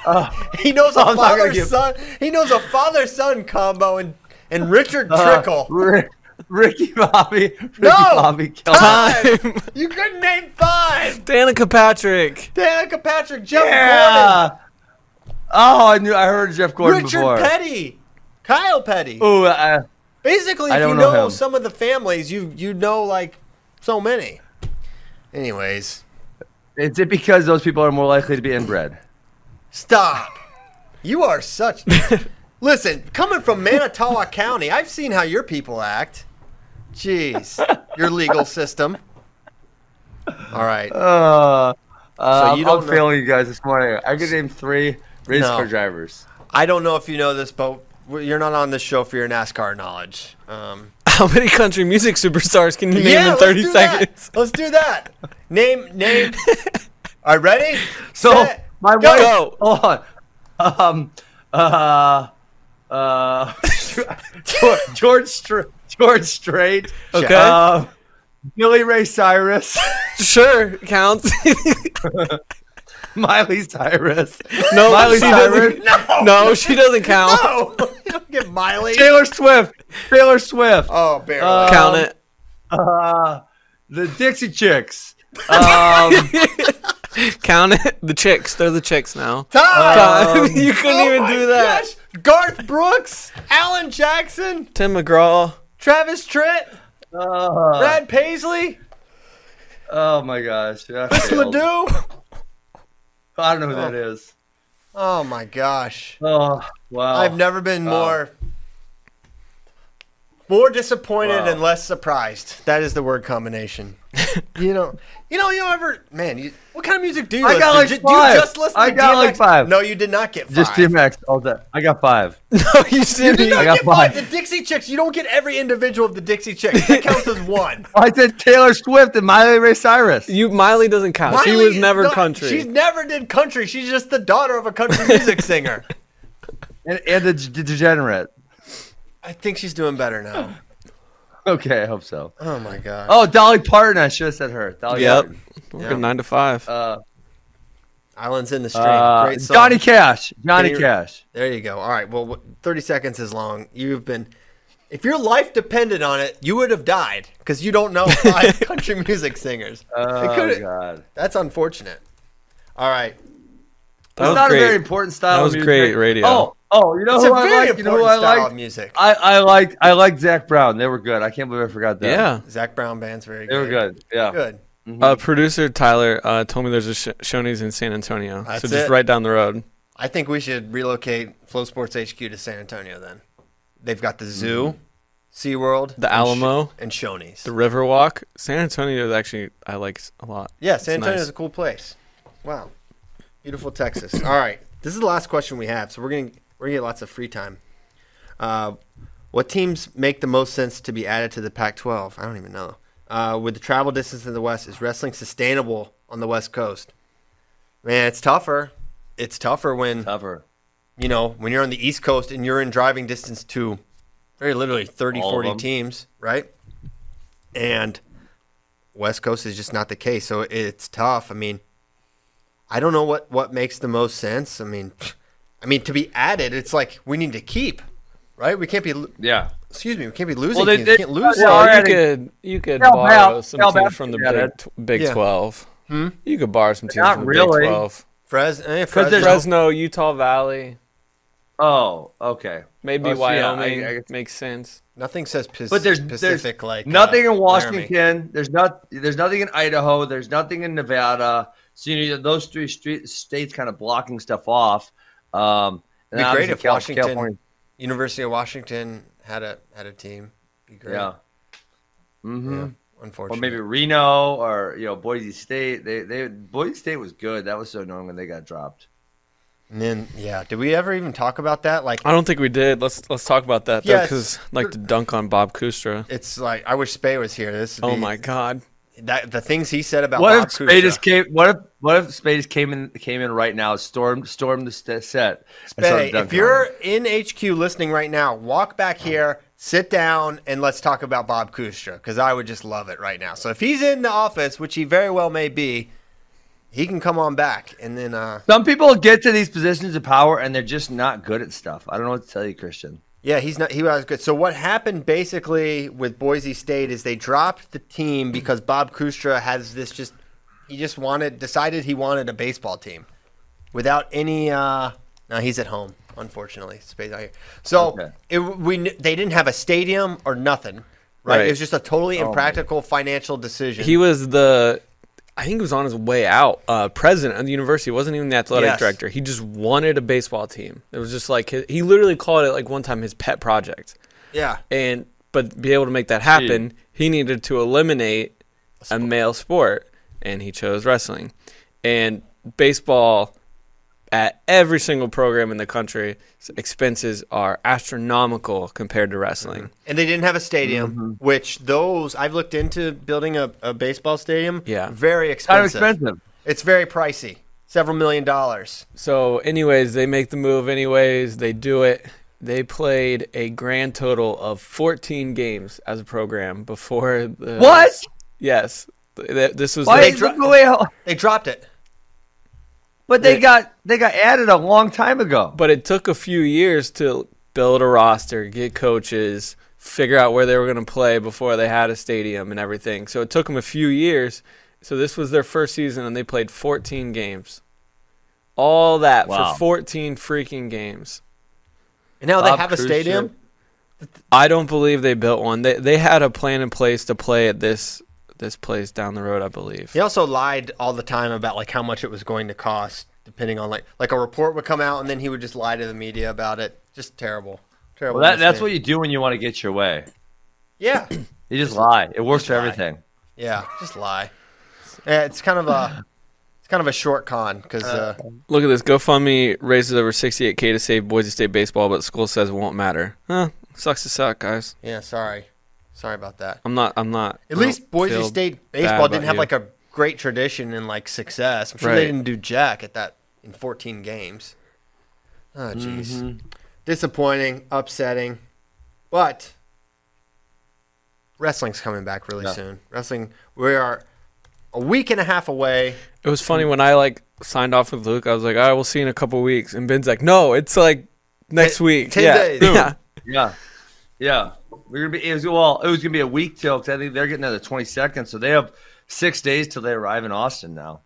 Uh,
he knows a
I'm not gonna
father
give-
son. He knows a father son combo and and Richard
Uh,
Trickle.
Ri- Ricky Bobby. Ricky
No!
Bobby killed
Time!
Time.
you couldn't name five.
Danica Patrick.
Danica Patrick, Jeff
Yeah. Oh, I knew. I heard Jeff Gordon
Gordon, Richard
before.
Petty, Kyle Petty.
Ooh, uh, I,
Basically,
I
if you
don't
know,
know him.
some of the families, you you know like so many. Anyways,
is it because those people are more likely to be inbred?
stop. You are such. Listen, coming from Manitowoc County, I've seen how your people act. Jeez, your legal system. All right.
Uh, uh,
you
you
don't
I'm
know-
failing you guys this morning. I could name three race
No.
car drivers.
I don't know if you know this, but you're not on this show for your NASCAR knowledge. Um,
How many country music superstars can you name in
let's
30
do that.
seconds?
Let's do that. Name, name. Are you ready?
So
Set,
my
go.
wife.
Go.
Hold on. Um. Uh. Uh. George George, Stra- George Strait.
Okay.
Um, Billy Ray Cyrus.
Sure, counts.
Miley Cyrus.
no,
Miley
she doesn't.
Cyrus.
No,
No, she doesn't count.
no. You don't get Miley.
Taylor Swift. Taylor Swift.
Oh, barely.
Uh,
Count it.
Uh, the Dixie Chicks.
Count it. The chicks. They're the chicks now.
Time!
Time. you couldn't
Oh
even
my
do that.
gosh. Garth Brooks, Alan Jackson,
Tim McGraw.
Travis Tritt,
Uh,
Brad Paisley,
oh my gosh. I
Chris
failed.
Ledoux.
I don't know who that is.
Oh my gosh.
Oh wow.
I've never been more more disappointed
Wow.
and less surprised. That is the word combination. you know, you know, you don't ever, man. You, what kind of music do you?
I
listen
got
to?
like
Ju-
five.
Do you just listen
I
to
got
DMX?
like five.
No, you did not get five.
just DMX all day. I got five.
No, you didn't.
You
I
don't
got
get five.
five.
The Dixie Chicks. You don't get every individual of the Dixie Chicks. That counts as one.
I said Taylor Swift and Miley Ray Cyrus.
You Miley doesn't
Uh,
count. she
Miley
was never
is not-
country.
She never did country. She's just the daughter of a country music singer.
And, and the d- degenerate.
I think she's doing better now.
Okay, I hope so.
Oh my god.
Oh, Dolly Parton. I should have said her. Dolly
Yep.
Parton.
Working nine to five.
Uh,
Islands in the Stream.
uh,
Great song.
Johnny Cash. Johnny
Can you-
Cash.
There you go. All right. Well, wh- 30 seconds is long. You've been. If your life depended on it, you would have died because you don't know five country music singers. It
Oh
could've-
God.
That's unfortunate. All right.
that
it's
was
not
great.
a very important style.
That
of
was
music.
great radio.
Oh, oh, you know
It's
who
a
I
very
like. You know who
important
I
style of
like.
music.
I I like I like Zach Brown. They were good. I can't believe I forgot that.
yeah.
Zach Brown Band's very
they were
good.
good. Yeah.
Good.
Uh, producer Tyler uh, told me there's a sh- Shoney's in San Antonio.
That's
so just
it.
right down the road.
I think we should relocate Flow Sports HQ to San Antonio then. They've got the zoo, SeaWorld,
Mm-hmm.
and
The
Sh-
Alamo.
and Shoney's.
The Riverwalk. San Antonio is actually, I like a lot.
Yeah,
It's
San Antonio's
nice.
a cool place. Wow, beautiful Texas. All right, this is the last question we have, so we're gonna we're gonna get lots of free time. Uh, what teams make the most sense to be added to the Pac-12? I don't even know. Uh, with the travel distance to the West, is wrestling sustainable on the West Coast? Man, it's tougher. It's tougher when
Cover.
you know when you're on the East Coast and you're in driving distance to very literally 30,
All of
40
them.
teams, right? And West Coast is just not the case. So it's tough. I mean, I don't know what what makes the most sense. I mean, I mean to be added, it's like we need to keep, right? We can't be lo-
Yeah.
excuse me, we can't be losing
Well, they-
teams.
they-
we can't lose. teams.
they are-
Well, you
Alrighty.
could you could
Help
borrow
out.
some
Help
teams
out.
from the
Yeah,
Big
that-
tw- Big
Yeah.
Twelve. You could borrow some teams
Not
from the
really.
Big Twelve.
Frez, eh,
there's-
Fresno.
Fresno, Utah Valley,
Oh, okay.
maybe
Oh, so yeah, I-
Wyoming
I guess-
makes sense.
Nothing says Pac-
But there's
Pacific
there's
like uh,
nothing in
Laramie.
Washington. There's not there's nothing in Idaho. There's nothing in Nevada. So you know those three street, states kind of blocking stuff off. Um,
It'd
and
be great
obviously
if
Cal-
Washington,
California-
University of Washington, had a had a team. Be great.
yeah, mm-hmm.
Yeah,
or
unfortunately.
maybe Reno or you know Boise State. They they Boise State was good. That was so annoying when they got dropped.
And then, yeah, did we ever even talk about that? Like,
Uh,
I don't think we did. Let's let's talk about that though,
Yeah,
because
it's-
like to dunk on Bob Kustra.
it's like I wish Spay was here. This, would
Oh
be-
my God!
that the things he said about
What
Bob
if Spade
Kucha.
just came? What if what if Spade just came in came in right now? Stormed stormed the st- set. and started
Spay,
dunking
if
on
you're
him?
in HQ listening right now, walk back
Oh.
here, sit down, and let's talk about Bob Kustra because I would just love it right now. So if he's in the office, which he very well may be, he can come on back and then uh,
some people get to these positions of power and they're just not good at stuff. I don't know what to tell you, Christian.
Yeah, he's not. He was good. So what happened basically with Boise State is they dropped the team because Bob Kustra has this just. He just wanted decided he wanted a baseball team, without any. uh No, he's at home. Unfortunately, space out here. So
Okay.
it, we kn- they didn't have a stadium or nothing. Right. Oh,
Right.
It was just a totally impractical financial decision.
He was the, I think he was on his way out. Uh, president of the university He wasn't even the athletic
Yes.
director. He just wanted a baseball team. It was just like his, he literally called it like one time his pet project.
yeah.
and but be able to make that happen,
Hmm.
he needed to eliminate a, male sport, and he chose wrestling, and baseball. At every single program in the country, s- expenses are astronomical compared to
Mm-hmm.
wrestling.
and they didn't have a stadium, which those I've looked into building a, a baseball stadium.
Yeah.
very
Kind of
expensive.
expensive.
It's very pricey, several million dollars.
So, anyways, they make the move. Anyways, they do it. They played a grand total of 14 games as a program before the
What?
Yes, Th- th- this was
Why
the-
is it the way?
They dropped it.
But they got they got added a long time ago.
but it took a few years to build a roster, get coaches, figure out where they were going to play before they had a stadium and everything. So it took them a few years. So this was their first season, and they played 14 games. All that
Wow.
for 14 freaking games.
And now they
Bob
have a
Cruise
stadium.
ship.
I don't believe they built one. They they had a plan in place to play at this this place down the road, I believe.
He also lied all the time about like how much it was going to cost, depending on like like a report would come out, and then he would just lie to the media about it. Just terrible, terrible.
Well, that, that's what
mistake.
you do when you want to get your way.
Yeah,
You just lie. It works for
lie.
everything.
yeah. Just lie. Yeah, it's kind of a it's kind of a short con because uh,
Look at this. GoFundMe raises over 68k to save Boise State baseball, but school says it won't matter. Huh? Sucks to suck, guys.
yeah. Sorry, sorry about that.
I'm not. I'm not. I
At
don't
least Boise
feel
State
bad
baseball didn't
about
have
you.
like a great tradition in like success. I'm sure
Right.
they didn't do jack at that in 14 games. Oh jeez,
Mm-hmm.
disappointing, upsetting, but wrestling's coming back really soon. Wrestling, we are a week and a half away.
It was funny when I like signed off with Luke. I was like, "All right, we'll see you in a couple weeks," and Ben's like, "No, it's like next
Ten-
week."
ten
yeah.
days.
yeah.
Yeah, yeah. We're gonna be. It was, well, it was gonna be a week till because I think they're getting there the twenty second, so they have six days till they arrive in Austin now.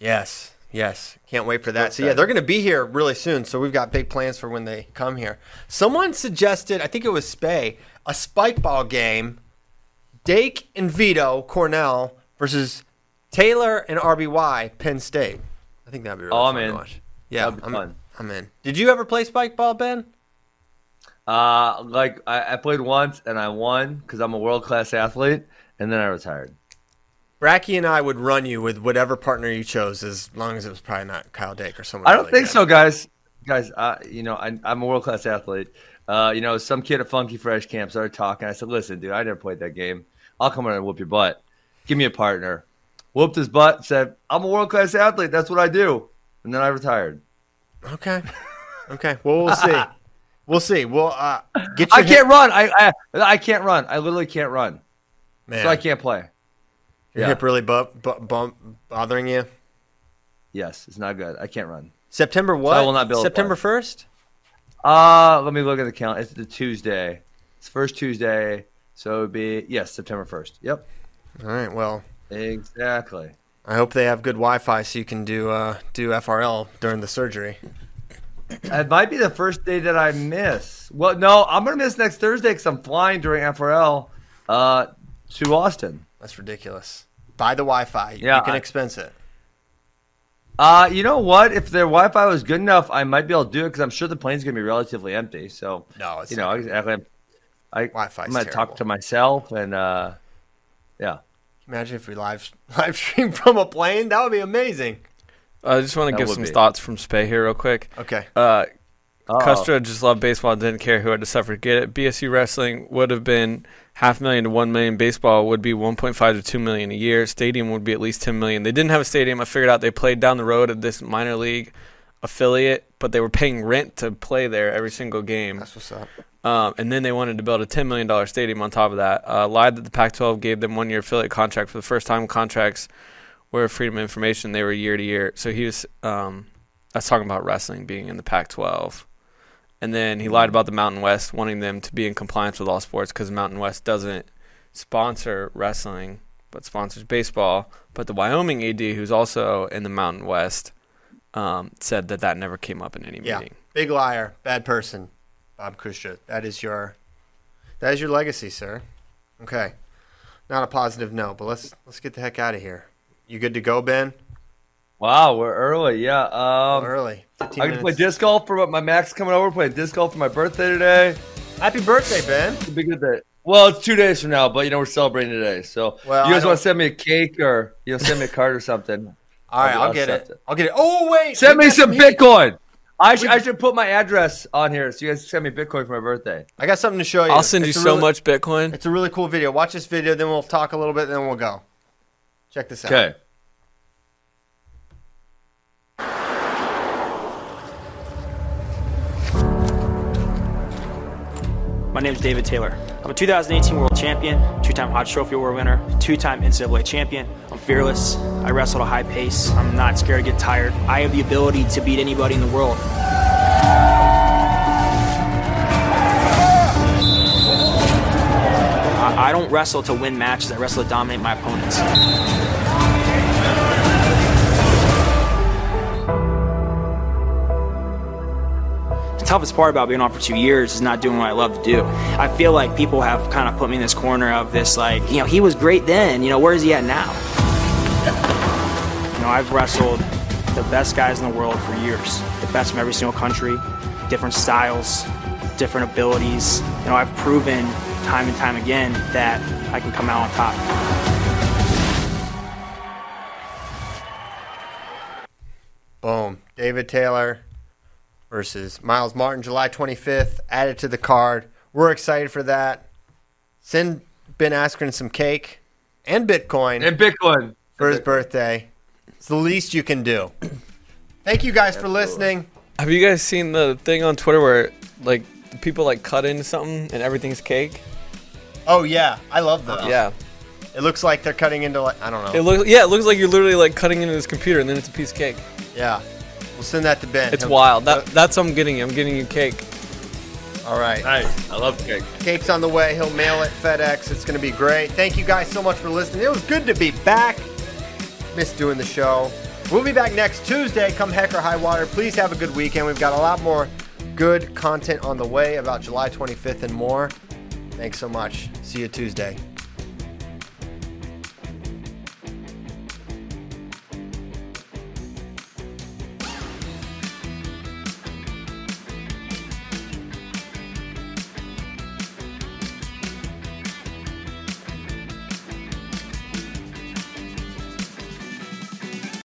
Yes, yes. Can't wait for that. So yeah, they're going to be here really soon. So we've got big plans for when they come here. Someone suggested, I think it was Spay, a spike ball game, Dake and Vito Cornell versus Taylor and RBY Penn State. I think that'd be really
Oh, I'm
fun to
in.
watch. Yeah,
That'd be
I'm,
fun.
I'm in. Did you ever play spike ball, Ben?
Uh, like I, I played once and I won because I'm a world class athlete, and then I retired.
Bracky and I would run you with whatever partner you chose, as long as it was probably not Kyle Dake or someone.
I don't
really
think
good.
so, guys. Guys, uh, you know, I, I'm a world class athlete. Uh, you know, some kid at Funky Fresh Camp started talking. I said, "Listen, dude, I never played that game. I'll come in and whoop your butt. Give me a partner." Whooped his butt. Said, "I'm a world class athlete. That's what I do." And then I retired.
Okay, okay. Well, we'll see. We'll see. We'll uh, get. Your
I can't run. I, I I can't run. I literally can't run,
Man,
so I can't play.
your
Yeah.
hip really bu- bu- bump bothering you.
Yes, it's not good. I can't run.
September what?
will not be able to
September
play.
first.
Uh let me look at the count. It's the Tuesday. It's first Tuesday, so it'd be yes, September first. Yep,
All right. Well,
exactly.
I hope they have good Wi-Fi so you can do uh, do FRL during the surgery.
It might be the first day that I miss. Well, no, I'm gonna miss next Thursday because I'm flying during FRL uh, to Austin.
That's ridiculous. Buy the Wi-Fi.
Yeah,
you can
I-
expense it.
Uh, you know what? If their Wi-Fi was good enough, I might be able to do it because I'm sure the plane's gonna be relatively empty. So
No, it's
you know, exactly. I, I, I'm
Wi-Fi's
gonna
terrible.
talk to myself and uh, yeah.
Imagine if we live live stream from a plane. That would be amazing.
I just want to
That
give
would
some
be.
thoughts from Spay here, real quick.
Okay.
Uh,
Oh.
Uh-oh.
Custra just loved baseball, and didn't care who had to suffer to get it. BSU wrestling would have been half million to one million. Baseball would be one point five to two million a year. Stadium would be at least ten million. They didn't have a stadium. I figured out they played down the road at this minor league affiliate, but they were paying rent to play there every single game.
That's what's up.
Um, and then they wanted to build a $10 million stadium on top of that. Uh, lied that the Pac 12 gave them one year affiliate contract for the first time. Contracts were freedom of information, they were year to year. So he was, um, I was talking about wrestling being in the Pac 12. And then he
Mm-hmm.
lied about the Mountain West wanting them to be in compliance with all sports because Mountain West doesn't sponsor wrestling but sponsors baseball. But the Wyoming AD, who's also in the Mountain West, um, said that that never came up in any
Yeah.
meeting.
Big liar, bad person, Bob Kustra. That is your that is your legacy, sir. Okay. Not a positive note, but let's let's get the heck out of here. You good to go, Ben?
Wow, we're early. Yeah. Um,
Early. 15
I can play
minutes.
disc golf for my Max coming over. Playing disc golf for my birthday today.
Happy birthday, Ben.
It's a big day. Well, it's two days from now, but you know we're celebrating today. So
Well,
you
I
guys
don't-
want to send me a cake or you know send me a card or something?
All right,
I'll-
I'll
I'll
get it.
accept it.
I'll get it. Oh wait,
Send
we
me
got
some
heat.
Bitcoin. I, sh- I should put my address on here so you guys send me Bitcoin for my birthday.
I got something to show you.
I'll send you
It's a
so
really-
much Bitcoin.
It's a really cool video. Watch this video, then we'll talk a little bit, then we'll go. Check this out.
Okay.
My name is David Taylor. I'm a 2018 World Champion, two-time Hodge Trophy Award winner, two-time NCAA champion. I'm fearless. I wrestle at a high pace. I'm not scared to get tired. I have the ability to beat anybody in the world. I I don't wrestle to win matches. I wrestle to dominate my opponents. toughest part about being off for two years is not doing what I love to do. I feel like people have kind of put me in this corner of this, like, you know, he was great then, you know, where is he at now? You know, I've wrestled the best guys in the world for years, the best from every single country, different styles, different abilities. You know, I've proven time and time again that I can come out on top.
Boom. David Taylor versus Miles Martin, July 25th. Added to the card. We're excited for that. Send Ben Askren some cake and Bitcoin
And Bitcoin.
for his birthday. It's the least you can do. Thank you guys for listening.
Have you guys seen the thing on Twitter where like the people like cut into something and everything's cake?
Oh, yeah. I love that.
Yeah.
It looks like they're cutting into, like, I don't know.
It looks yeah, it looks like you're literally like cutting into this computer and then it's a piece of cake.
yeah. We'll send that to Ben.
It's
He'll-
wild. That that's what I'm getting. you. I'm getting you cake.
All right.
Nice. I love cake.
Cake's on the way. He'll mail it FedEx. It's going to be great. Thank you guys so much for listening. It was good to be back. Missed doing the show. We'll be back next Tuesday. Come heck or high water. Please have a good weekend. We've got a lot more good content on the way about July 25th and more. Thanks so much. See you Tuesday.